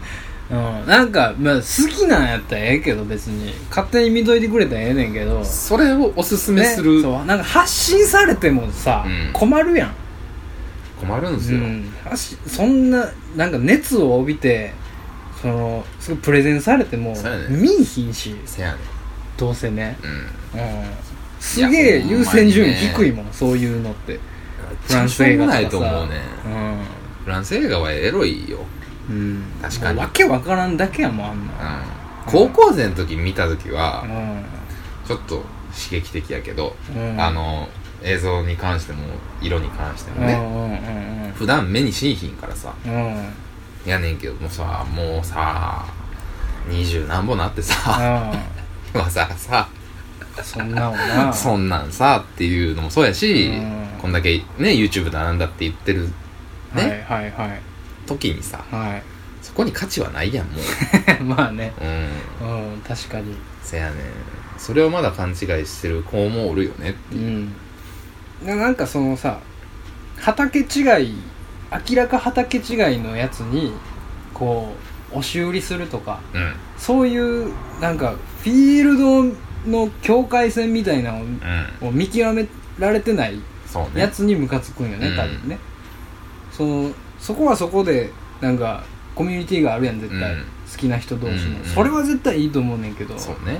Speaker 1: うん、なんか、まあ、好きなんやったらええけど別に勝手に見といてくれたらええねんけど
Speaker 2: それをおすすめ
Speaker 1: ね
Speaker 2: する、
Speaker 1: そうなんか発信されてもさ、
Speaker 2: うん
Speaker 1: 困るやん、
Speaker 2: 困るんです
Speaker 1: う
Speaker 2: よ、
Speaker 1: ん、発しそんななんか熱を帯びてそのすごいプレゼンされても、
Speaker 2: そうやね
Speaker 1: 見いひんし
Speaker 2: せやね
Speaker 1: どうせね、
Speaker 2: んう
Speaker 1: う
Speaker 2: ん
Speaker 1: ん、すげえ
Speaker 2: ほんまにね
Speaker 1: 優先順位低いもん、そういうのってフランス映画とか
Speaker 2: め
Speaker 1: さ
Speaker 2: っちゃしょうもないと思うねフランス映画はエロいよ、
Speaker 1: うん、うん、
Speaker 2: 確かに
Speaker 1: もうわけわからんだけやもんあん
Speaker 2: う、
Speaker 1: なん
Speaker 2: 高校生の時見た時は、
Speaker 1: うん
Speaker 2: ちょっと刺激的やけど、
Speaker 1: うん
Speaker 2: あの映像に関しても色に関しても
Speaker 1: う
Speaker 2: ね、
Speaker 1: んうん
Speaker 2: 普段目にしんひんからさ
Speaker 1: うんうん
Speaker 2: やねんけどもうさもうさ二十何本なってさ、
Speaker 1: う
Speaker 2: わざわざ
Speaker 1: ん、そんなもんな。
Speaker 2: そんなんさっていうのもそうやし、
Speaker 1: うん
Speaker 2: こんだけね YouTube だなんだって言ってるね
Speaker 1: はいはいはい。
Speaker 2: 時にさ
Speaker 1: は
Speaker 2: そこに価値はないやんもう
Speaker 1: い。 まあね。
Speaker 2: うん
Speaker 1: う ん、確かに。
Speaker 2: せやねんそれをまだ勘違いしてる子もおるよね
Speaker 1: うん。でなんかそのさ、畑違い、明らか畑違いのやつに、こう、押し売りするとか、
Speaker 2: うん
Speaker 1: そういう、なんか、フィールドの境界線みたいなの
Speaker 2: うん
Speaker 1: を見極められてない
Speaker 2: そうね
Speaker 1: やつにムカつくんよね、
Speaker 2: うん
Speaker 1: 多分ね。その、そこはそこで、なんか、コミュニティがあるやん、絶対。
Speaker 2: うん
Speaker 1: 好きな人同士の、
Speaker 2: うん
Speaker 1: それは絶対いいと思うねんけどう、
Speaker 2: そうね
Speaker 1: ん、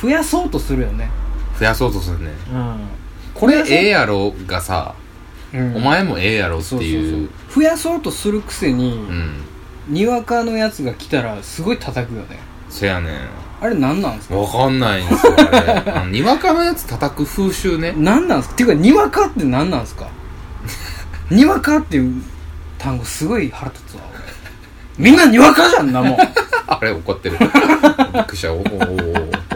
Speaker 1: 増やそうとするよね、
Speaker 2: 増やそうとするね
Speaker 1: うん、
Speaker 2: これええやろがさ、お前もええやろって
Speaker 1: そうそうそう
Speaker 2: いう
Speaker 1: う増やそうとするくせに、
Speaker 2: うん
Speaker 1: にわかのやつが来たらすごい叩くよね
Speaker 2: せやね
Speaker 1: あれ何なんです
Speaker 2: ん
Speaker 1: か
Speaker 2: わかんないんですよあれあのにわかのやつ叩く風習ね
Speaker 1: 何なんですかっていうかにわかって何なん ですかにわかっていう単語すごい腹立つわ俺みんなにわかじゃんなもう
Speaker 2: あれ怒ってるびっくりしたおおお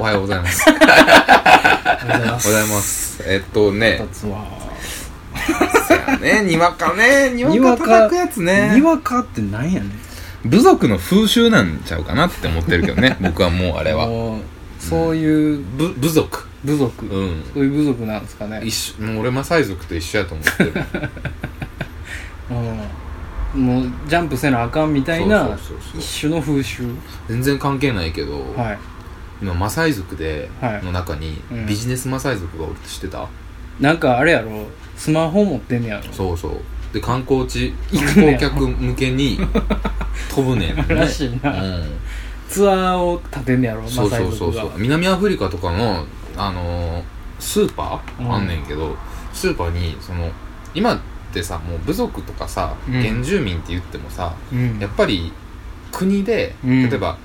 Speaker 2: おはようございますおはよ
Speaker 1: ありがとうございう
Speaker 2: ございますえっとね
Speaker 1: 腹立つわ
Speaker 2: せやねにわかねに
Speaker 1: に
Speaker 2: わ
Speaker 1: わ
Speaker 2: か
Speaker 1: か
Speaker 2: 叩くや つ
Speaker 1: に
Speaker 2: ね
Speaker 1: わかってなんやねん
Speaker 2: 部族の風習なんちゃうかなって思ってるけどね僕はもうあれは
Speaker 1: もうそういう
Speaker 2: ぶ部族
Speaker 1: 部族、
Speaker 2: うん
Speaker 1: そういう部族なんですかね
Speaker 2: 一緒もう俺マサイ族と一緒やと思って る
Speaker 1: うん、もうジャンプせなあかんみたいな
Speaker 2: そうそうそうそう
Speaker 1: 一種の風習
Speaker 2: 全然関係ないけど、
Speaker 1: はい
Speaker 2: 今マサイ族で、
Speaker 1: はい
Speaker 2: の中に、
Speaker 1: うん
Speaker 2: ビジネスマサイ族がおるって知ってた
Speaker 1: なんかあれやろスマホ持ってんねやろ
Speaker 2: そうそうで観光地
Speaker 1: 行くね
Speaker 2: 観光
Speaker 1: や
Speaker 2: 客向 けに飛ぶねんね
Speaker 1: らしいな
Speaker 2: うん、
Speaker 1: ツアーを立てんねやろマサ
Speaker 2: そう
Speaker 1: イ族が
Speaker 2: そうそうそう南アフリカとかの、あのースーパー、
Speaker 1: うん
Speaker 2: あんねんけどスーパーにその今ってさもう部族とかさ
Speaker 1: うん
Speaker 2: 原住民って言ってもさ、
Speaker 1: うん
Speaker 2: やっぱり国で、
Speaker 1: うん
Speaker 2: 例えば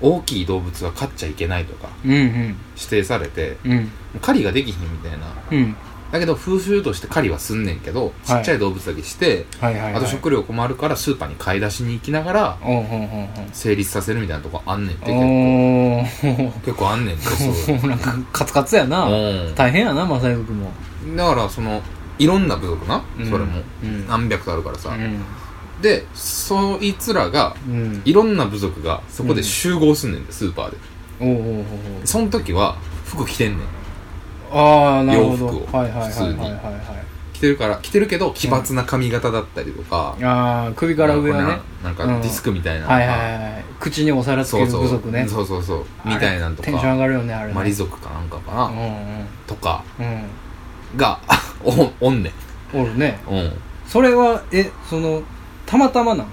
Speaker 2: 大きい動物は飼っちゃいけないとか
Speaker 1: うんうん
Speaker 2: 指定されて
Speaker 1: うん
Speaker 2: 狩りができひんみたいな
Speaker 1: うん
Speaker 2: だけど風習として狩りはすんねんけどちっちゃい動物だけして、
Speaker 1: はいはいはい
Speaker 2: あと食料困るからスーパーに買い出しに行きながら
Speaker 1: おうんうんうん
Speaker 2: 成立させるみたいなとこあんねんって
Speaker 1: うんおー
Speaker 2: 結構結構あんねんってそう
Speaker 1: なんかカツカツやな
Speaker 2: う
Speaker 1: 大変やなマサイ族も
Speaker 2: んだからそのいろんな部族な、
Speaker 1: うん
Speaker 2: それも
Speaker 1: うん
Speaker 2: 何百とあるからさ、
Speaker 1: うん
Speaker 2: でそいつらが
Speaker 1: うん
Speaker 2: いろんな部族がそこで集合すんねんでスーパーで
Speaker 1: おうおうおうおう
Speaker 2: その時は服着てんねん
Speaker 1: ああなるほど
Speaker 2: 洋服を
Speaker 1: はいはいはいはいはいは
Speaker 2: 普着てるから着てるけど奇抜な髪型だったりとか、
Speaker 1: いああ首から上はね
Speaker 2: なんか
Speaker 1: う
Speaker 2: なん
Speaker 1: ん
Speaker 2: かディスクみたいな、
Speaker 1: はいはいはい口にお皿つけ
Speaker 2: そ
Speaker 1: る
Speaker 2: うそう
Speaker 1: 部族ね
Speaker 2: そうそうそうみたいなんと
Speaker 1: あれテンション
Speaker 2: か
Speaker 1: 上がるよねあれね
Speaker 2: マリ族かなんかかな、
Speaker 1: うんうん
Speaker 2: とか
Speaker 1: うん
Speaker 2: が おおんねん
Speaker 1: おるね
Speaker 2: うん
Speaker 1: それはえそのたまたまなん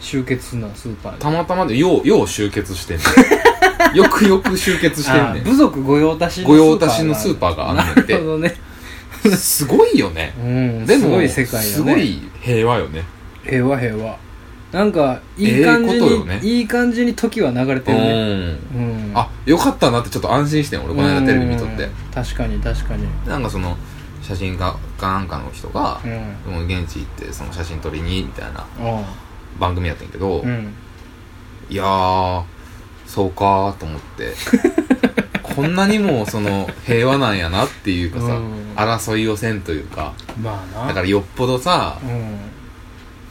Speaker 1: 集結するのはスーパーで
Speaker 2: たまたまでようよう集結してんね よくよく集結してん
Speaker 1: あ
Speaker 2: ねん
Speaker 1: 部族御用達の
Speaker 2: 御用達のスーパーがあんねんて
Speaker 1: なるほどね、
Speaker 2: すごいよね
Speaker 1: うん、
Speaker 2: ですも
Speaker 1: ごい世界よね
Speaker 2: すごい平和よね
Speaker 1: 平和平和なんかいい感じ
Speaker 2: ええこと
Speaker 1: に、
Speaker 2: よね
Speaker 1: いい感じに時は流れてるね
Speaker 2: うん
Speaker 1: うん
Speaker 2: あよかったなってちょっと安心してん俺この間テレビ見とって
Speaker 1: うん確かに確かに
Speaker 2: なんかその写真家かなんかの人が
Speaker 1: う、ん
Speaker 2: もう現地行ってその写真撮りにみたいな
Speaker 1: あ
Speaker 2: 番組やったんやけど、
Speaker 1: あうん
Speaker 2: いやーそうかーと思って こんなにもその平和なんやなっていうかさ、
Speaker 1: うん
Speaker 2: 争いをせんというか
Speaker 1: まあな
Speaker 2: だからよっぽどさ
Speaker 1: うん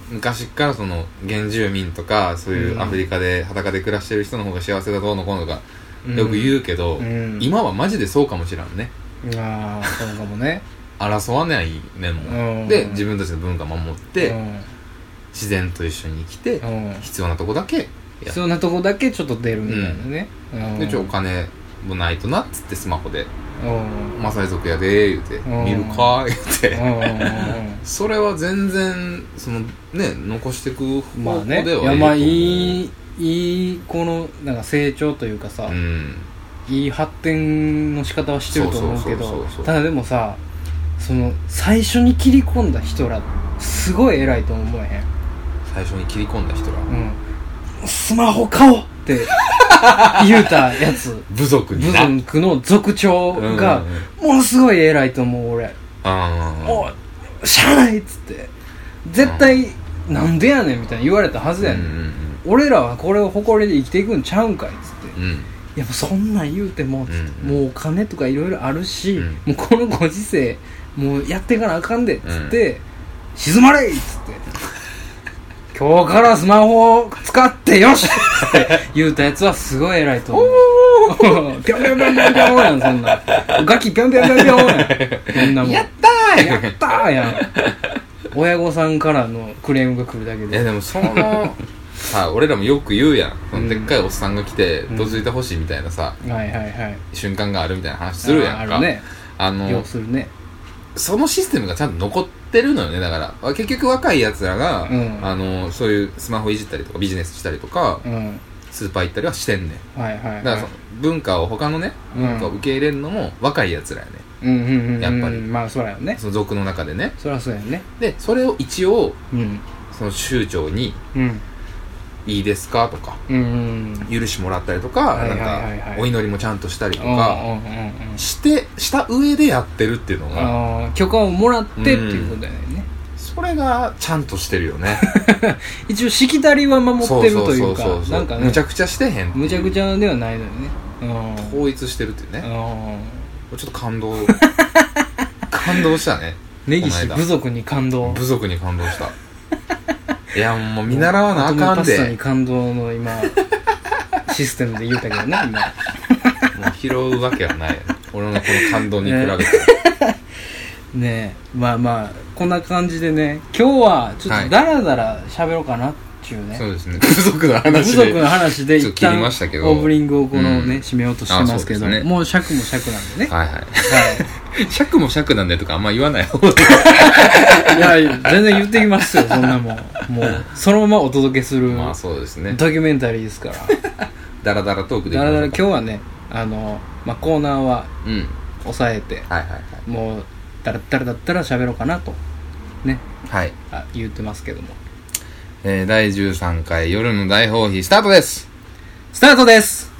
Speaker 2: 昔っからその原住民とかそういうアフリカで裸で暮らしてる人の方が幸せだどうのこうのとかよく言うけど、
Speaker 1: うん
Speaker 2: 今はマジでそうかもしらんね
Speaker 1: ああそうかもね
Speaker 2: 争わないね
Speaker 1: う
Speaker 2: も
Speaker 1: ん
Speaker 2: んで自分たちの文化守って、
Speaker 1: うん
Speaker 2: 自然と一緒に生きて、
Speaker 1: うん
Speaker 2: 必要なとこだけや
Speaker 1: そんなとこだけちょっと出るみたいなねうん
Speaker 2: でちょお金もないとなっつってスマホで
Speaker 1: うん
Speaker 2: 「マサイ族やで」言うて
Speaker 1: う
Speaker 2: 「
Speaker 1: ん
Speaker 2: 見るか」言う
Speaker 1: う
Speaker 2: て
Speaker 1: んうん
Speaker 2: それは全然そのね残してく方
Speaker 1: うんまあ
Speaker 2: 向
Speaker 1: ね
Speaker 2: で
Speaker 1: い
Speaker 2: は
Speaker 1: やまあい
Speaker 2: い
Speaker 1: いいいこのなんか成長というかさ、
Speaker 2: と思ううん
Speaker 1: いい発展の仕方はしてると思うけ
Speaker 2: そうそう
Speaker 1: ど
Speaker 2: そうそう
Speaker 1: ただでもさその最初に切り込んだ人らすごい偉いと思えへん
Speaker 2: 最初に切り込んだ人ら
Speaker 1: うん、スマホ買おうって 言うたやつ
Speaker 2: 部族
Speaker 1: 部
Speaker 2: にな
Speaker 1: 族の族長が
Speaker 2: うんうん
Speaker 1: ものすごい偉いと思う俺「お
Speaker 2: あ
Speaker 1: いしゃあない」っつって絶対「なんでやねん」みたいな言われたはず
Speaker 2: ー
Speaker 1: や
Speaker 2: う
Speaker 1: ね
Speaker 2: ん
Speaker 1: ん、俺らはこれを誇りで生きていくんちゃうんかいっつって
Speaker 2: うんうん
Speaker 1: いやもうそんなん言うても、つって
Speaker 2: うん
Speaker 1: もうお金とかいろいろあるし、
Speaker 2: うん
Speaker 1: もうこのご時世もうやっていかなあかんでっつって、静まれいっつ って今日からスマホを使ってよしって言うたやつはすごい偉いと思うぴょんぴょんぴょんぴょんぴょんやんそんなガキぴょんぴょんぴょんぴょんやんそんなもん
Speaker 2: やったー
Speaker 1: やったーやん親御さんからのクレームが来るだけ
Speaker 2: いや
Speaker 1: で
Speaker 2: でもそ のさ俺らもよく言うやんそのでっかいおっさんが来て
Speaker 1: うん
Speaker 2: どついてほしいみたいなさ、
Speaker 1: はいはいはい
Speaker 2: 瞬間があるみたいな話するやんか
Speaker 1: あーあるね
Speaker 2: あ
Speaker 1: 要
Speaker 2: の
Speaker 1: するね
Speaker 2: そのシステムがちゃんと残ってるのよねだからあ結局若いやつらが、
Speaker 1: うん
Speaker 2: あのそういうスマホいじったりとかビジネスしたりとか、
Speaker 1: うん
Speaker 2: スーパー行ったりはしてんねん
Speaker 1: はいはい、はい、
Speaker 2: だからその文化を他のね、
Speaker 1: うん
Speaker 2: 文化を受け入れるのも若いやつらやね
Speaker 1: うんうんうんうん
Speaker 2: やっぱり
Speaker 1: まあそらよね
Speaker 2: その族の中でね
Speaker 1: そらそうやね
Speaker 2: でそれを一応
Speaker 1: うん
Speaker 2: その州長に
Speaker 1: うん
Speaker 2: 「いいですか?」とか
Speaker 1: うんうん
Speaker 2: 許しもらったりとか、
Speaker 1: はいはいはいはい
Speaker 2: なんかお祈りもちゃんとしたりと
Speaker 1: うん
Speaker 2: か、
Speaker 1: うんうんうん
Speaker 2: してした上でやってるっていうのが、
Speaker 1: あー許可をもらってっていうことやね
Speaker 2: それがちゃんとしてる よね
Speaker 1: 一応しきたりは守ってるというか
Speaker 2: そうそうそうそう
Speaker 1: なんかね
Speaker 2: むちゃくちゃしてへんっていう
Speaker 1: むちゃくちゃではないのよねうん
Speaker 2: 統一してるっていうね、
Speaker 1: うん
Speaker 2: ちょっと感 動感動したね
Speaker 1: 根岸
Speaker 2: この間
Speaker 1: 部族に感動
Speaker 2: 部族に感動したいやもう見習わなあかん
Speaker 1: 乙女パスタに
Speaker 2: で
Speaker 1: 感動の今システムで言うたけどね今
Speaker 2: もう拾うわけはないよね俺のこの感動に比べて、
Speaker 1: ねえまあまあこんな感じでね今日はちょっとダラダラ喋ろうかなっていうね、
Speaker 2: そうですね部族の
Speaker 1: 部
Speaker 2: 話で
Speaker 1: 族の話で
Speaker 2: ちょっ
Speaker 1: 一
Speaker 2: と切
Speaker 1: 旦
Speaker 2: り
Speaker 1: オ
Speaker 2: ましたけど
Speaker 1: ープニングをこのね、
Speaker 2: うん
Speaker 1: 締めようとしてますけ
Speaker 2: あ
Speaker 1: ど
Speaker 2: そうですね
Speaker 1: もう尺も尺なんでね、
Speaker 2: はいは
Speaker 1: はい
Speaker 2: 尺も尺なんでとかあんま言わない方が
Speaker 1: い、いや全然言ってきますよそんなもんもうそのままお届けする
Speaker 2: まあそうですね
Speaker 1: ドキュメンタリーですから
Speaker 2: ダラダラトークで
Speaker 1: だらだら今日
Speaker 2: 日
Speaker 1: はねあの、まあ、コーナーは
Speaker 2: うん
Speaker 1: 抑えて
Speaker 2: はいはいはい
Speaker 1: もうだらだらだったら喋ろうかなとね
Speaker 2: はい
Speaker 1: あ言ってますけども
Speaker 2: えー第13回夜の大放棄スタートです
Speaker 1: スタートです